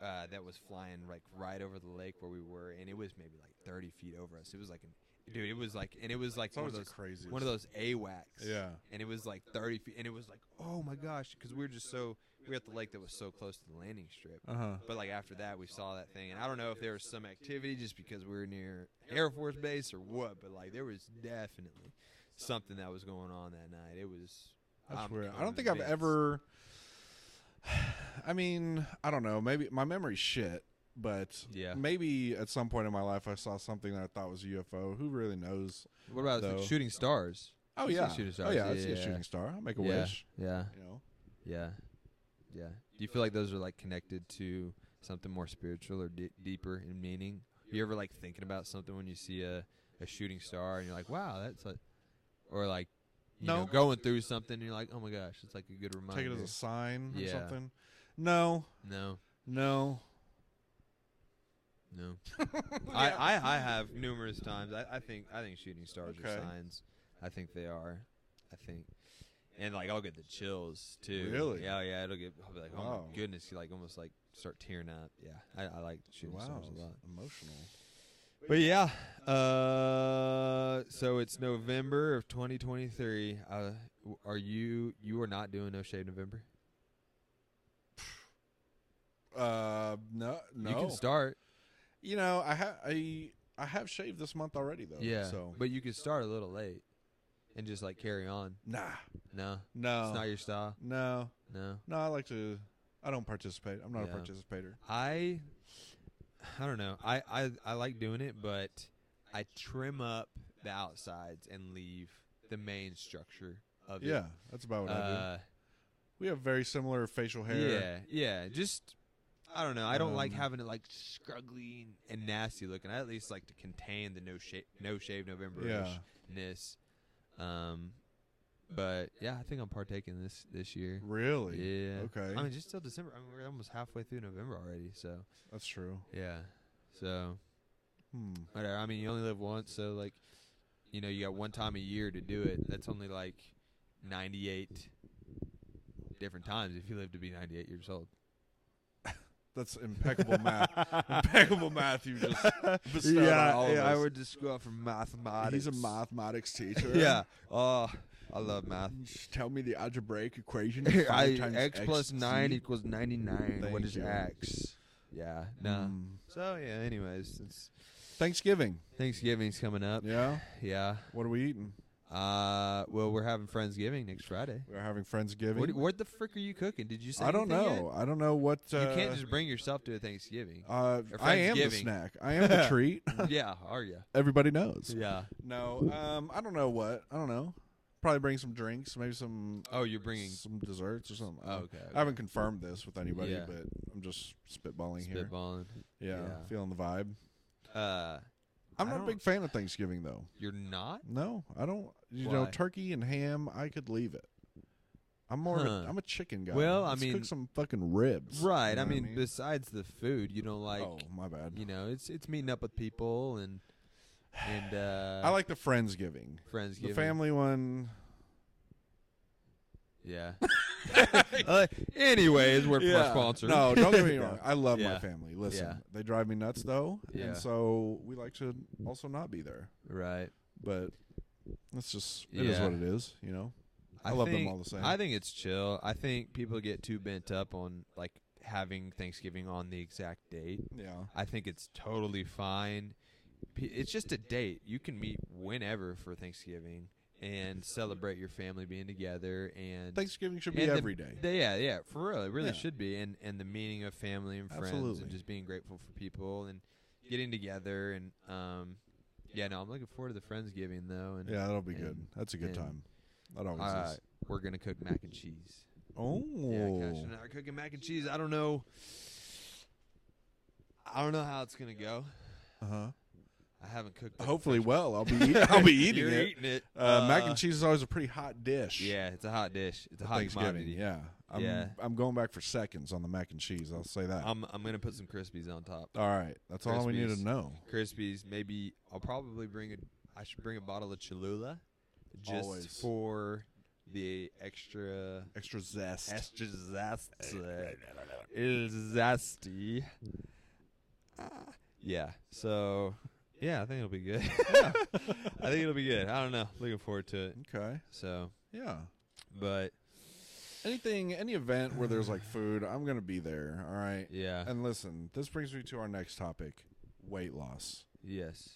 Speaker 2: uh, that was flying like right over the lake where we were, and it was maybe like thirty feet over us. It was like an dude. It was like and it was like
Speaker 1: It's
Speaker 2: one of
Speaker 1: always the
Speaker 2: those
Speaker 1: craziest.
Speaker 2: one of those AWACs.
Speaker 1: Yeah.
Speaker 2: And it was like 30 feet. And it was like, oh my gosh. Because we were just so, we were at the lake that was so close to the landing strip.
Speaker 1: Uh huh.
Speaker 2: But like after that, we saw that thing. And I don't know if there was some activity just because we were near Air Force Base or what. But like there was definitely something that was going on that night. It was.
Speaker 1: That's
Speaker 2: I'm
Speaker 1: weird. I don't think I've
Speaker 2: convinced.
Speaker 1: ever. [SIGHS] I mean, I don't know. Maybe my memory's shit, but
Speaker 2: Yeah.
Speaker 1: maybe at some point in my life I saw something that I thought was a UFO. Who really knows?
Speaker 2: What about
Speaker 1: though.
Speaker 2: like shooting stars?
Speaker 1: Oh
Speaker 2: You see
Speaker 1: yeah,
Speaker 2: shooting
Speaker 1: oh
Speaker 2: stars.
Speaker 1: yeah, I
Speaker 2: Yeah,
Speaker 1: see a
Speaker 2: yeah,
Speaker 1: shooting
Speaker 2: yeah.
Speaker 1: star. I'll make a
Speaker 2: Yeah.
Speaker 1: wish.
Speaker 2: Yeah.
Speaker 1: You know,
Speaker 2: Yeah. Yeah. Do you feel like those are like connected to something more spiritual or d- deeper in meaning? You ever like thinking about something when you see a, a shooting star and you're like, wow, that's like, or like, you
Speaker 1: No.
Speaker 2: know, going through something and you're like, oh my gosh, it's like a good reminder.
Speaker 1: take it as a sign or
Speaker 2: Yeah.
Speaker 1: something. No,
Speaker 2: no,
Speaker 1: no.
Speaker 2: no. [LAUGHS] I, I, I have numerous times. I, I think I think shooting stars
Speaker 1: Okay.
Speaker 2: are signs. I think they are. I think, and like I'll get the chills too.
Speaker 1: Really?
Speaker 2: Yeah, yeah. It'll get. I'll be like, oh
Speaker 1: Wow.
Speaker 2: my goodness, you like almost like start tearing up. Yeah, I, I like shooting
Speaker 1: Wow,
Speaker 2: stars a lot.
Speaker 1: emotional.
Speaker 2: But yeah, uh, so it's November of 2023. Uh, w- are you you are not doing no shave November?
Speaker 1: Uh, no, no.
Speaker 2: You can start.
Speaker 1: You know, I have I I have shaved this month already though.
Speaker 2: Yeah.
Speaker 1: Oh, So
Speaker 2: But you can start a little late and just like carry on.
Speaker 1: nah,
Speaker 2: No,
Speaker 1: no,
Speaker 2: it's not your style.
Speaker 1: no,
Speaker 2: No.
Speaker 1: no. I like to. I don't participate. I'm not a
Speaker 2: Yeah.
Speaker 1: participator.
Speaker 2: I I don't know. I, I I like doing it, but I trim up the outsides and leave the main structure of
Speaker 1: Yeah,
Speaker 2: it.
Speaker 1: that's about what I do.
Speaker 2: Uh,
Speaker 1: We have very similar facial hair.
Speaker 2: yeah, yeah. Just I don't know. I don't like
Speaker 1: Um,
Speaker 2: having it like scruggly and nasty looking. I at least like to contain the no shave no shave Novemberishness. Um, but yeah, I think I'm partaking this this year.
Speaker 1: Really?
Speaker 2: Yeah.
Speaker 1: Okay.
Speaker 2: I mean, just till December. I mean, we're almost halfway through November already. So
Speaker 1: that's true.
Speaker 2: yeah. So
Speaker 1: Hmm.
Speaker 2: Whatever. I mean, you only live once, so like, you know, you got one time a year to do it. That's only like ninety-eight different times if you live to be ninety-eight years old. [LAUGHS]
Speaker 1: That's impeccable math. impeccable math you just [LAUGHS] bestowed on all of
Speaker 2: yeah, I
Speaker 1: us.
Speaker 2: would just go out for mathematics.
Speaker 1: He's
Speaker 2: [LAUGHS]
Speaker 1: a mathematics teacher.
Speaker 3: yeah. Oh, I love math.
Speaker 1: Just tell me the algebraic equation.
Speaker 2: [LAUGHS]
Speaker 1: to
Speaker 2: I,
Speaker 1: five times
Speaker 2: x plus nine
Speaker 1: XT.
Speaker 2: equals ninety nine. What
Speaker 1: Thank
Speaker 2: is
Speaker 1: you.
Speaker 2: x? Yeah, no.
Speaker 1: Mm.
Speaker 3: So yeah. Anyways, it's
Speaker 1: Thanksgiving.
Speaker 2: Thanksgiving's coming up.
Speaker 1: Yeah.
Speaker 2: Yeah.
Speaker 1: What are we eating?
Speaker 2: Uh, well, we're having Friendsgiving next Friday.
Speaker 1: We're having Friendsgiving.
Speaker 2: What, what the frick are you cooking? Did you say?
Speaker 1: I don't
Speaker 2: anything
Speaker 1: know. I don't know what. Uh,
Speaker 2: yet? You can't just bring yourself to a [LAUGHS] Thanksgiving.
Speaker 1: Uh,
Speaker 2: or
Speaker 1: I am the
Speaker 2: Friendsgiving.
Speaker 1: snack. I
Speaker 2: [LAUGHS]
Speaker 1: am the treat.
Speaker 2: yeah, are you?
Speaker 1: Everybody knows.
Speaker 2: Yeah.
Speaker 1: No, um, I don't know what. I don't know. Probably bring some drinks, maybe some
Speaker 2: Oh, you're bringing
Speaker 1: some desserts or something. I
Speaker 2: Oh,
Speaker 1: don't-
Speaker 2: okay,
Speaker 1: I haven't confirmed this with anybody,
Speaker 2: Yeah.
Speaker 1: but I'm just spitballing here.
Speaker 2: spitballing.
Speaker 1: Yeah,
Speaker 2: yeah.
Speaker 1: feeling the vibe.
Speaker 2: Uh,
Speaker 1: I'm
Speaker 2: I
Speaker 1: not a
Speaker 2: don't-
Speaker 1: big fan of Thanksgiving though.
Speaker 2: you're not.
Speaker 1: No, I don't. You know,
Speaker 2: Why?
Speaker 1: turkey and ham, I could leave it. I'm more. Of
Speaker 2: Huh.
Speaker 1: a, I'm a chicken guy.
Speaker 2: Well, I
Speaker 1: Let's
Speaker 2: mean-
Speaker 1: cook some fucking ribs.
Speaker 2: Right.
Speaker 1: You know
Speaker 2: I
Speaker 1: what
Speaker 2: mean, besides the food, you don't like.
Speaker 1: oh my bad.
Speaker 2: You know, it's it's meeting up with people and and uh,
Speaker 1: I like the friendsgiving.
Speaker 2: friends.
Speaker 1: The family one.
Speaker 2: [LAUGHS] Yeah. Uh, anyways, we're
Speaker 1: Yeah.
Speaker 2: sponsored.
Speaker 1: No, don't get me
Speaker 2: Yeah.
Speaker 1: wrong. I love my
Speaker 2: Yeah.
Speaker 1: family. Listen,
Speaker 2: Yeah.
Speaker 1: they drive me nuts though,
Speaker 2: Yeah.
Speaker 1: and so we like to also not be there.
Speaker 2: [LAUGHS] Right.
Speaker 1: But that's just it is
Speaker 2: Yeah.
Speaker 1: what it is, you know. I love them
Speaker 2: think-
Speaker 1: all the same.
Speaker 2: I think it's chill. I think people get too bent up on like having Thanksgiving on the exact date.
Speaker 1: Yeah,
Speaker 2: I think it's totally fine. P- It's just a date. You can meet whenever for Thanksgiving and celebrate your family being together and
Speaker 1: Thanksgiving should be
Speaker 2: and the-
Speaker 1: every day.
Speaker 2: the- yeah, yeah, for real, it really
Speaker 1: Yeah.
Speaker 2: should be. And and the meaning of family and friends
Speaker 1: Absolutely.
Speaker 2: and just being grateful for people and getting together and um, yeah, no, I'm looking forward to the friendsgiving though. And
Speaker 1: yeah, that'll be
Speaker 2: and-
Speaker 1: good. That's a good
Speaker 2: and-
Speaker 1: time. That always
Speaker 2: uh,
Speaker 1: is.
Speaker 2: we're gonna cook mac and cheese.
Speaker 1: Oh,
Speaker 2: Yeah, Cash and I are cooking mac and cheese. I don't know. I don't know how it's gonna go.
Speaker 1: uh-huh.
Speaker 2: I haven't cooked.
Speaker 1: Hopefully, well, I'll be
Speaker 2: [LAUGHS]
Speaker 1: eat- [LAUGHS] I'll be eating
Speaker 2: You're
Speaker 1: it.
Speaker 2: eating it.
Speaker 1: Uh, mac and cheese is always a pretty hot dish.
Speaker 2: Yeah, it's a hot dish. It's a hot
Speaker 1: Thanksgiving.
Speaker 2: commodity.
Speaker 1: Yeah, I'm,
Speaker 2: Yeah.
Speaker 1: I'm going back for seconds on the mac and cheese. I'll say that.
Speaker 2: I'm I'm gonna put some crispies on top.
Speaker 1: all right, that's all we need to
Speaker 2: Crispies.
Speaker 1: know.
Speaker 2: Crispies. Maybe I'll probably bring a. I should bring a bottle of Cholula, just
Speaker 1: Always.
Speaker 2: for the extra
Speaker 1: Extra zest.
Speaker 2: extra zest. It's zesty. Ah, yeah. So yeah, I think it'll be good. [LAUGHS] I think it'll be good. I don't know. Looking forward to it.
Speaker 1: Okay.
Speaker 2: So,
Speaker 1: Yeah.
Speaker 2: but
Speaker 1: Anything, any event where there's like food, I'm gonna be there. All right.
Speaker 2: yeah.
Speaker 1: And listen, this brings me to our next topic: weight loss.
Speaker 2: yes.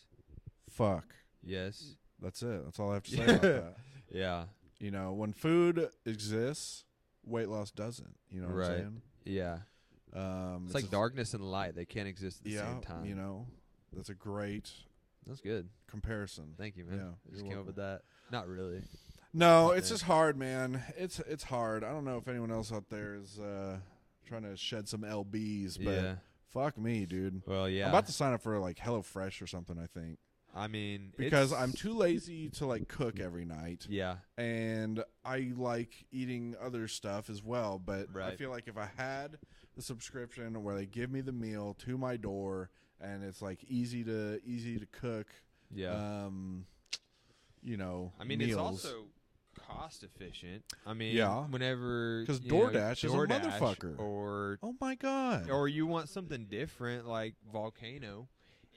Speaker 1: Fuck.
Speaker 2: Yes.
Speaker 1: That's it. That's all I have to say about that.
Speaker 2: Yeah.
Speaker 1: You know, when food exists, weight loss doesn't. You know what
Speaker 2: Right.
Speaker 1: I'm saying?
Speaker 2: Yeah.
Speaker 1: Um,
Speaker 2: It's like darkness and light. They can't exist at the
Speaker 1: yeah.
Speaker 2: same time.
Speaker 1: You know, that's a great
Speaker 2: That's good.
Speaker 1: comparison.
Speaker 2: Thank you, man.
Speaker 1: Yeah,
Speaker 2: I
Speaker 1: you're
Speaker 2: just came up
Speaker 1: welcome.
Speaker 2: with that. Not really.
Speaker 1: No,
Speaker 2: Not
Speaker 1: it's
Speaker 2: bad.
Speaker 1: just hard, man. It's it's hard. I don't know if anyone else out there is uh, trying to shed some lbs, but
Speaker 2: yeah.
Speaker 1: fuck me, dude.
Speaker 2: Well, yeah.
Speaker 1: I'm about to sign up for like HelloFresh or something. I think
Speaker 2: I mean,
Speaker 1: because
Speaker 2: it's-
Speaker 1: I'm too lazy to like cook every night,
Speaker 2: Yeah.
Speaker 1: and I like eating other stuff as well. But I
Speaker 2: Right.
Speaker 1: feel like if I had the subscription where they give me the meal to my door and it's like easy to easy to cook,
Speaker 2: Yeah.
Speaker 1: um, you know,
Speaker 2: I mean,
Speaker 1: meals.
Speaker 2: it's also cost efficient. I mean,
Speaker 1: Yeah.
Speaker 2: whenever
Speaker 1: 'Cause
Speaker 2: you know,
Speaker 1: DoorDash is a
Speaker 2: DoorDash
Speaker 1: motherfucker.
Speaker 2: or
Speaker 1: oh my god,
Speaker 2: or you want something different like Volcano.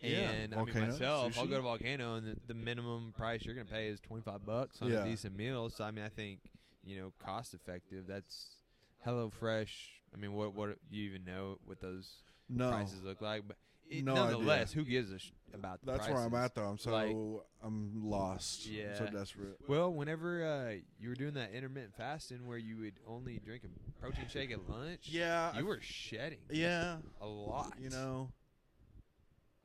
Speaker 1: Yeah,
Speaker 2: And I
Speaker 1: Volcano,
Speaker 2: mean, myself, I'll
Speaker 1: sushi.
Speaker 2: go to Volcano, and the, the minimum price you're going to pay is 25 bucks on
Speaker 1: Yeah.
Speaker 2: a decent meal. So I mean, I think you know, cost effective. That's HelloFresh. I mean, what what do you even know what those
Speaker 1: no,
Speaker 2: prices look like? But it,
Speaker 1: No idea.
Speaker 2: nonetheless, who gives a sh- about the
Speaker 1: That's where I'm
Speaker 2: prices?
Speaker 1: at though. I'm so
Speaker 2: Like-
Speaker 1: I'm lost. I'm so
Speaker 2: Yeah.
Speaker 1: desperate.
Speaker 2: Well, whenever uh, you were doing that intermittent fasting where you would only drink a protein shake at lunch,
Speaker 1: Yeah, I-
Speaker 2: you were shedding
Speaker 1: yeah,
Speaker 2: a lot.
Speaker 1: you know,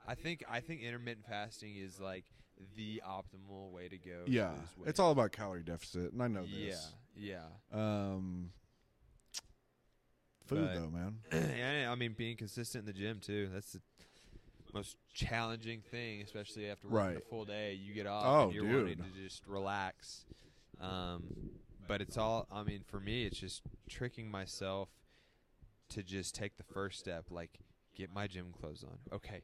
Speaker 2: I think I think intermittent fasting is like the optimal way to go. to
Speaker 1: yeah.
Speaker 2: lose weight.
Speaker 1: It's all about calorie deficit, and I know
Speaker 2: yeah,
Speaker 1: this.
Speaker 2: yeah.
Speaker 1: Um, food
Speaker 2: But-
Speaker 1: though, man.
Speaker 2: [CLEARS THROAT] and I mean, being consistent in the gym too. That's the most challenging thing, especially after working
Speaker 1: Right.
Speaker 2: a full day. You get off,
Speaker 1: Oh,
Speaker 2: and you're wanting
Speaker 1: dude.
Speaker 2: to just relax. Um, but it's all. I mean, for me, it's just tricking myself to just take the first step, like get my gym clothes on. Okay,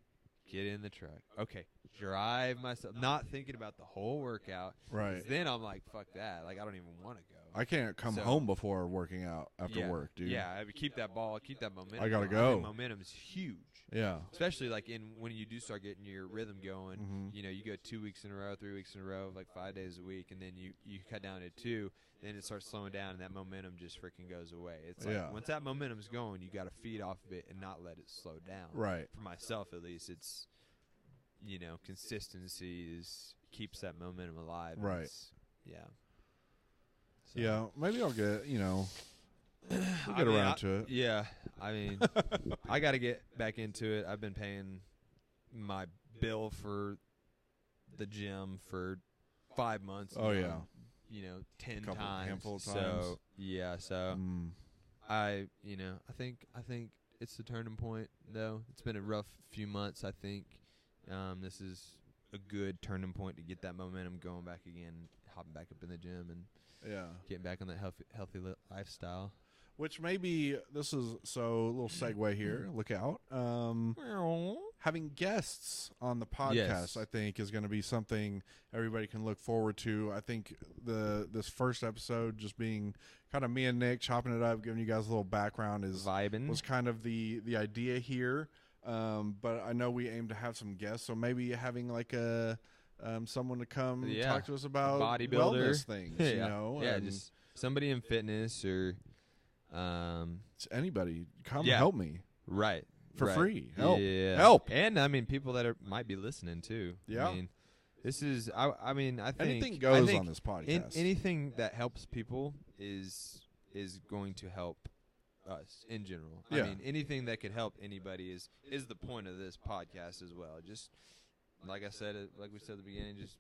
Speaker 2: get in the truck. Okay, drive myself. Not thinking about the whole workout. 'cause
Speaker 1: Right.
Speaker 2: Then I'm like, fuck that. Like I don't even want to go.
Speaker 1: I can't come
Speaker 2: So-
Speaker 1: home before working out after
Speaker 2: Yeah.
Speaker 1: work, dude.
Speaker 2: Yeah, I mean, keep that ball, keep that momentum.
Speaker 1: gotta
Speaker 2: think
Speaker 1: go.
Speaker 2: Momentum's huge
Speaker 1: Yeah.
Speaker 2: especially like in when you do start getting your rhythm going
Speaker 1: Mhm.
Speaker 2: you know you go two weeks in a row three weeks in a row like five days a week and then you you cut down to two then it starts slowing down and that momentum just freaking goes away it's like
Speaker 1: Yeah.
Speaker 2: once that momentum's going you got to feed off of it and not let it slow down
Speaker 1: Right.
Speaker 2: for myself at least it's you know consistency is keeps that momentum alive and
Speaker 1: Right.
Speaker 2: it's- yeah So- [CLEARS THROAT]
Speaker 1: Yeah. Maybe I'll get
Speaker 2: [LAUGHS]
Speaker 1: you know we'll
Speaker 2: I
Speaker 1: get
Speaker 2: mean,
Speaker 1: around
Speaker 2: I-
Speaker 1: to it.
Speaker 2: Yeah, I
Speaker 1: [LAUGHS]
Speaker 2: mean, I got to get back into it. I've been paying my bill for the gym for five months. now,
Speaker 1: Oh, yeah.
Speaker 2: you know, ten
Speaker 1: Couple-
Speaker 2: times.
Speaker 1: handful of times.
Speaker 2: So yeah, so
Speaker 1: Mm.
Speaker 2: I, you know, I think I think it's the turning point though. It's been a rough few months. I think um, this is a good turning point to get that momentum going back again, hopping back up in the gym and
Speaker 1: Yeah.
Speaker 2: getting back on that healthy healthy li- lifestyle.
Speaker 1: Which maybe this is so a little segue here.
Speaker 2: Mm-hmm.
Speaker 1: Look out. Um, having guests on the podcast
Speaker 2: Yes.
Speaker 1: i think is going to be something everybody can look forward to i think the this first episode just being kind of me and nick chopping it up giving you guys a little background is
Speaker 2: Vibing.
Speaker 1: was kind of the the idea here um but i know we aim to have some guests so maybe having like a um someone to come
Speaker 2: Yeah.
Speaker 1: talk to us about
Speaker 2: Bodybuilder.
Speaker 1: wellness things
Speaker 2: [LAUGHS] yeah.
Speaker 1: you know Um,
Speaker 2: yeah,
Speaker 1: and
Speaker 2: just somebody in fitness or, um,
Speaker 1: anybody come
Speaker 2: Yeah.
Speaker 1: help me
Speaker 2: right
Speaker 1: for
Speaker 2: right.
Speaker 1: free help
Speaker 2: yeah.
Speaker 1: Help.
Speaker 2: and I mean people that are might be listening too.
Speaker 1: Yeah.
Speaker 2: I mean, this is I. I mean, I think
Speaker 1: anything
Speaker 2: I
Speaker 1: goes
Speaker 2: think
Speaker 1: on this podcast
Speaker 2: an- anything that helps people is is going to help us in general.
Speaker 1: Yeah.
Speaker 2: I mean, anything that could help anybody is is the point of this podcast as well. Just like I said, it- like we said at the beginning, just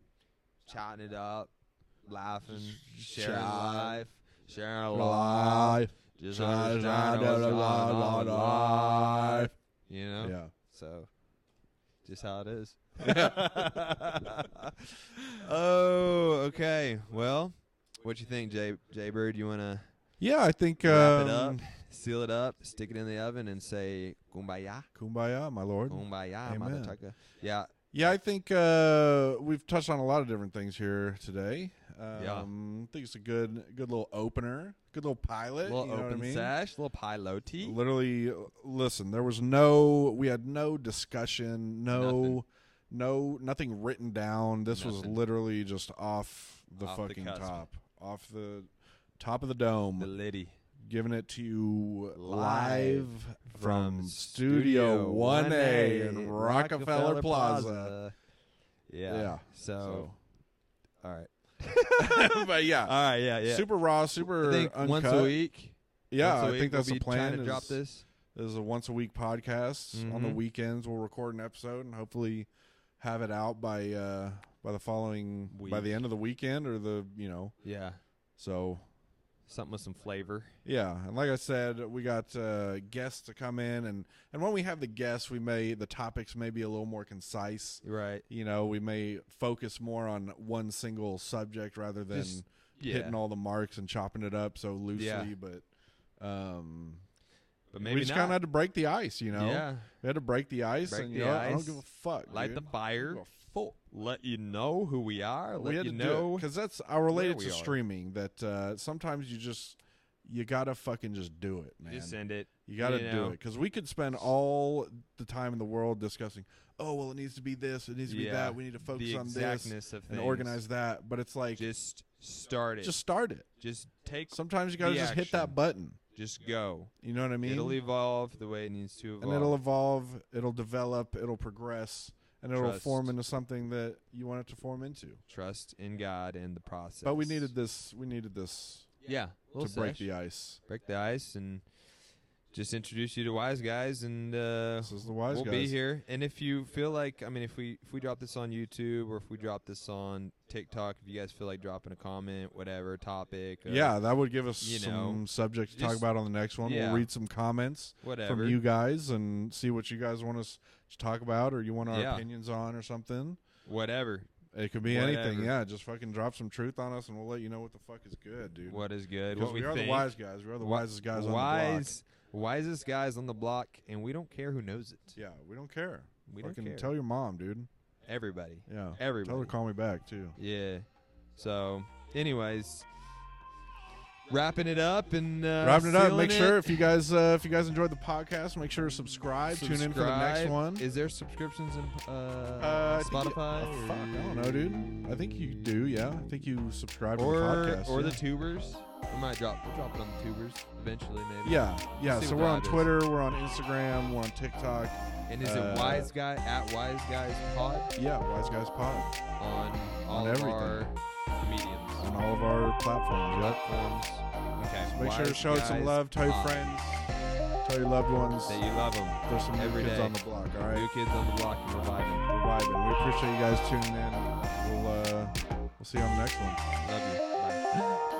Speaker 2: chatting it up, laughing, sharing
Speaker 1: Chat.
Speaker 2: life, sharing life,
Speaker 1: Live.
Speaker 2: just
Speaker 1: Chat.
Speaker 2: understanding what's going on in life. You know,
Speaker 1: yeah
Speaker 2: so just how it is. [LAUGHS]
Speaker 4: Oh,
Speaker 2: okay. Well, what you think, Jay Jay Bird? You wanna
Speaker 1: Yeah, I think
Speaker 2: Wrap it
Speaker 1: um,
Speaker 2: seal it up, stick it in the oven, and say kumbaya,
Speaker 1: Kumbaya, my lord.
Speaker 2: kumbaya,
Speaker 1: Amen.
Speaker 2: motherfucker. Yeah,
Speaker 1: Yeah, I think uh, we've touched on a lot of different things here today. Um,
Speaker 2: Yeah.
Speaker 1: I think it's a good, good little opener, good little pilot.
Speaker 2: little
Speaker 1: you know
Speaker 2: open
Speaker 1: what I mean?
Speaker 2: sash, little pilote.
Speaker 1: Literally, listen. There was no, we had no discussion, no,
Speaker 2: Nothing.
Speaker 1: no, nothing written down. This was
Speaker 2: Nothing.
Speaker 1: literally just off the
Speaker 2: Off the
Speaker 1: fucking
Speaker 2: cusp.
Speaker 1: top, off the top of the dome.
Speaker 2: The Liddy
Speaker 1: giving it to you live
Speaker 2: Live
Speaker 1: from Studio 1A in Rockefeller Plaza.
Speaker 2: Yeah.
Speaker 1: Yeah,
Speaker 2: So, all right, [LAUGHS]
Speaker 1: So. but yeah,
Speaker 2: all right, yeah, yeah.
Speaker 1: super raw,
Speaker 2: I
Speaker 1: super
Speaker 2: think
Speaker 1: uncut.
Speaker 2: once a week.
Speaker 1: Yeah,
Speaker 2: once a
Speaker 1: I
Speaker 2: week
Speaker 1: think
Speaker 2: we'll
Speaker 1: that's
Speaker 2: be
Speaker 1: the plan.
Speaker 2: Trying to
Speaker 1: is,
Speaker 2: drop this.
Speaker 1: this is a once a week podcast on the
Speaker 2: Mhm.
Speaker 1: weekends. We'll record an episode and hopefully have it out by uh by the following by
Speaker 2: Week.
Speaker 1: the end of the weekend or the you know
Speaker 2: Yeah,
Speaker 1: so
Speaker 2: something with some flavor.
Speaker 1: Yeah, and like I said, we got uh, guests to come in, and and when we have the guests, we may the topics may be a little more concise.
Speaker 2: Right.
Speaker 1: You know, we may focus more on one single subject rather than
Speaker 2: Just- Yeah.
Speaker 1: hitting all the marks and chopping it up so loosely.
Speaker 2: Yeah.
Speaker 1: But um,
Speaker 2: but maybe
Speaker 1: we just
Speaker 2: not.
Speaker 1: kind of had to break the ice. You know,
Speaker 2: Yeah.
Speaker 1: we had to break the ice,
Speaker 2: Break
Speaker 1: and
Speaker 2: the
Speaker 1: you know, what? I don't
Speaker 2: ice,
Speaker 1: give a fuck.
Speaker 2: Light
Speaker 1: dude.
Speaker 2: the
Speaker 1: I
Speaker 2: fire.
Speaker 1: don't give a fuck.
Speaker 2: Let you know who we are. Let
Speaker 1: we had
Speaker 2: you
Speaker 1: to
Speaker 2: know.
Speaker 1: because that's I related
Speaker 2: where
Speaker 1: to
Speaker 2: we are.
Speaker 1: streaming that uh, sometimes you just you gotta fucking just do it, man.
Speaker 2: Just send it.
Speaker 1: You got to
Speaker 2: You
Speaker 1: do
Speaker 2: know?
Speaker 1: it because we could spend all the time in the world discussing, oh, well, it needs to be this, it needs to be
Speaker 2: Yeah.
Speaker 1: that, we need to focus
Speaker 2: the
Speaker 1: on this
Speaker 2: exactness of things.
Speaker 1: and organize that. But it's like, just,
Speaker 2: Just start it. Just,
Speaker 1: start it.
Speaker 2: take.
Speaker 1: Sometimes you got to
Speaker 2: the
Speaker 1: just hit that
Speaker 2: action.
Speaker 1: button.
Speaker 2: Just go.
Speaker 1: You know what I mean?
Speaker 2: It'll evolve the way it needs to evolve.
Speaker 1: and it'll evolve, it'll develop, it'll progress, and it'll
Speaker 2: Trust.
Speaker 1: form into something that you want it to form into.
Speaker 2: trust in God and the process.
Speaker 1: But we needed this. We needed this
Speaker 2: yeah
Speaker 1: to break
Speaker 2: the
Speaker 1: the ice.
Speaker 2: break the ice and just introduce you to wise guys and uh,
Speaker 1: This is the wise
Speaker 2: we'll
Speaker 1: guys.
Speaker 2: be here. And if you feel like, I mean, if we if we drop this on YouTube or if we drop this on TikTok, if you guys feel like dropping a comment, whatever topic, uh, or
Speaker 1: Yeah, that would give us
Speaker 2: You
Speaker 1: some
Speaker 2: know,
Speaker 1: subject to talk
Speaker 2: just-
Speaker 1: about on the next one.
Speaker 2: yeah.
Speaker 1: We'll read some comments.
Speaker 2: whatever.
Speaker 1: from you guys and see what you guys want us to talk about or you want our
Speaker 2: Yeah.
Speaker 1: opinions on or something.
Speaker 2: whatever.
Speaker 1: It could be anything.
Speaker 2: Whatever.
Speaker 1: Yeah, just fucking drop some truth on us and we'll let you know what the fuck is good, dude.
Speaker 2: What is good?
Speaker 1: Because
Speaker 2: What
Speaker 1: we, are
Speaker 2: think.
Speaker 1: the wise guys. We are the
Speaker 2: Wha-
Speaker 1: wisest guys on the block.
Speaker 2: wise, wisest guys on the block, and we don't care who knows it.
Speaker 1: Yeah, we don't care.
Speaker 2: We don't
Speaker 1: Fucking
Speaker 2: care.
Speaker 1: tell your mom, dude.
Speaker 2: Everybody.
Speaker 1: Yeah.
Speaker 2: Everybody.
Speaker 1: Tell her to call me back too.
Speaker 2: Yeah. So, anyways, wrapping it up and uh,
Speaker 1: Wrapping it up.
Speaker 2: sealing
Speaker 1: Make sure if you guys uh, if you guys enjoyed the podcast, make sure to subscribe. Tune in for the next
Speaker 2: Subscribe.
Speaker 1: one.
Speaker 2: Is there subscriptions in uh,
Speaker 1: Uh, I think you-
Speaker 2: Spotify?
Speaker 1: oh, fuck, I don't know, dude. I think you do. Yeah, I think you subscribe
Speaker 2: Or
Speaker 1: to the podcast.
Speaker 2: or
Speaker 1: yeah.
Speaker 2: the tubers. We might drop we'll drop it on the tubers eventually, maybe.
Speaker 1: yeah, yeah.
Speaker 2: Let's see
Speaker 1: So
Speaker 2: what
Speaker 1: we're on
Speaker 2: that is.
Speaker 1: Twitter, we're on Instagram, we're on TikTok.
Speaker 2: And is
Speaker 1: Uh,
Speaker 2: it Wise Guy at Wise Guys Pod
Speaker 1: Yeah, Wise Guys Pod
Speaker 2: on all
Speaker 1: On
Speaker 2: of
Speaker 1: everything.
Speaker 2: our mediums
Speaker 1: on all of our platforms. Yep.
Speaker 2: platforms? Okay.
Speaker 1: Make sure to
Speaker 2: Wise
Speaker 1: show it some
Speaker 2: Guys
Speaker 1: love. Tell your
Speaker 2: Pod.
Speaker 1: friends, tell your loved ones.
Speaker 2: that you love them.
Speaker 1: There's some new
Speaker 2: every
Speaker 1: kids
Speaker 2: day.
Speaker 1: on the block. All right,
Speaker 2: New kids on the block and reviving.
Speaker 1: we're vibing. We appreciate you guys tuning in. We'll uh, we'll see you on the next one.
Speaker 2: Love you. Bye.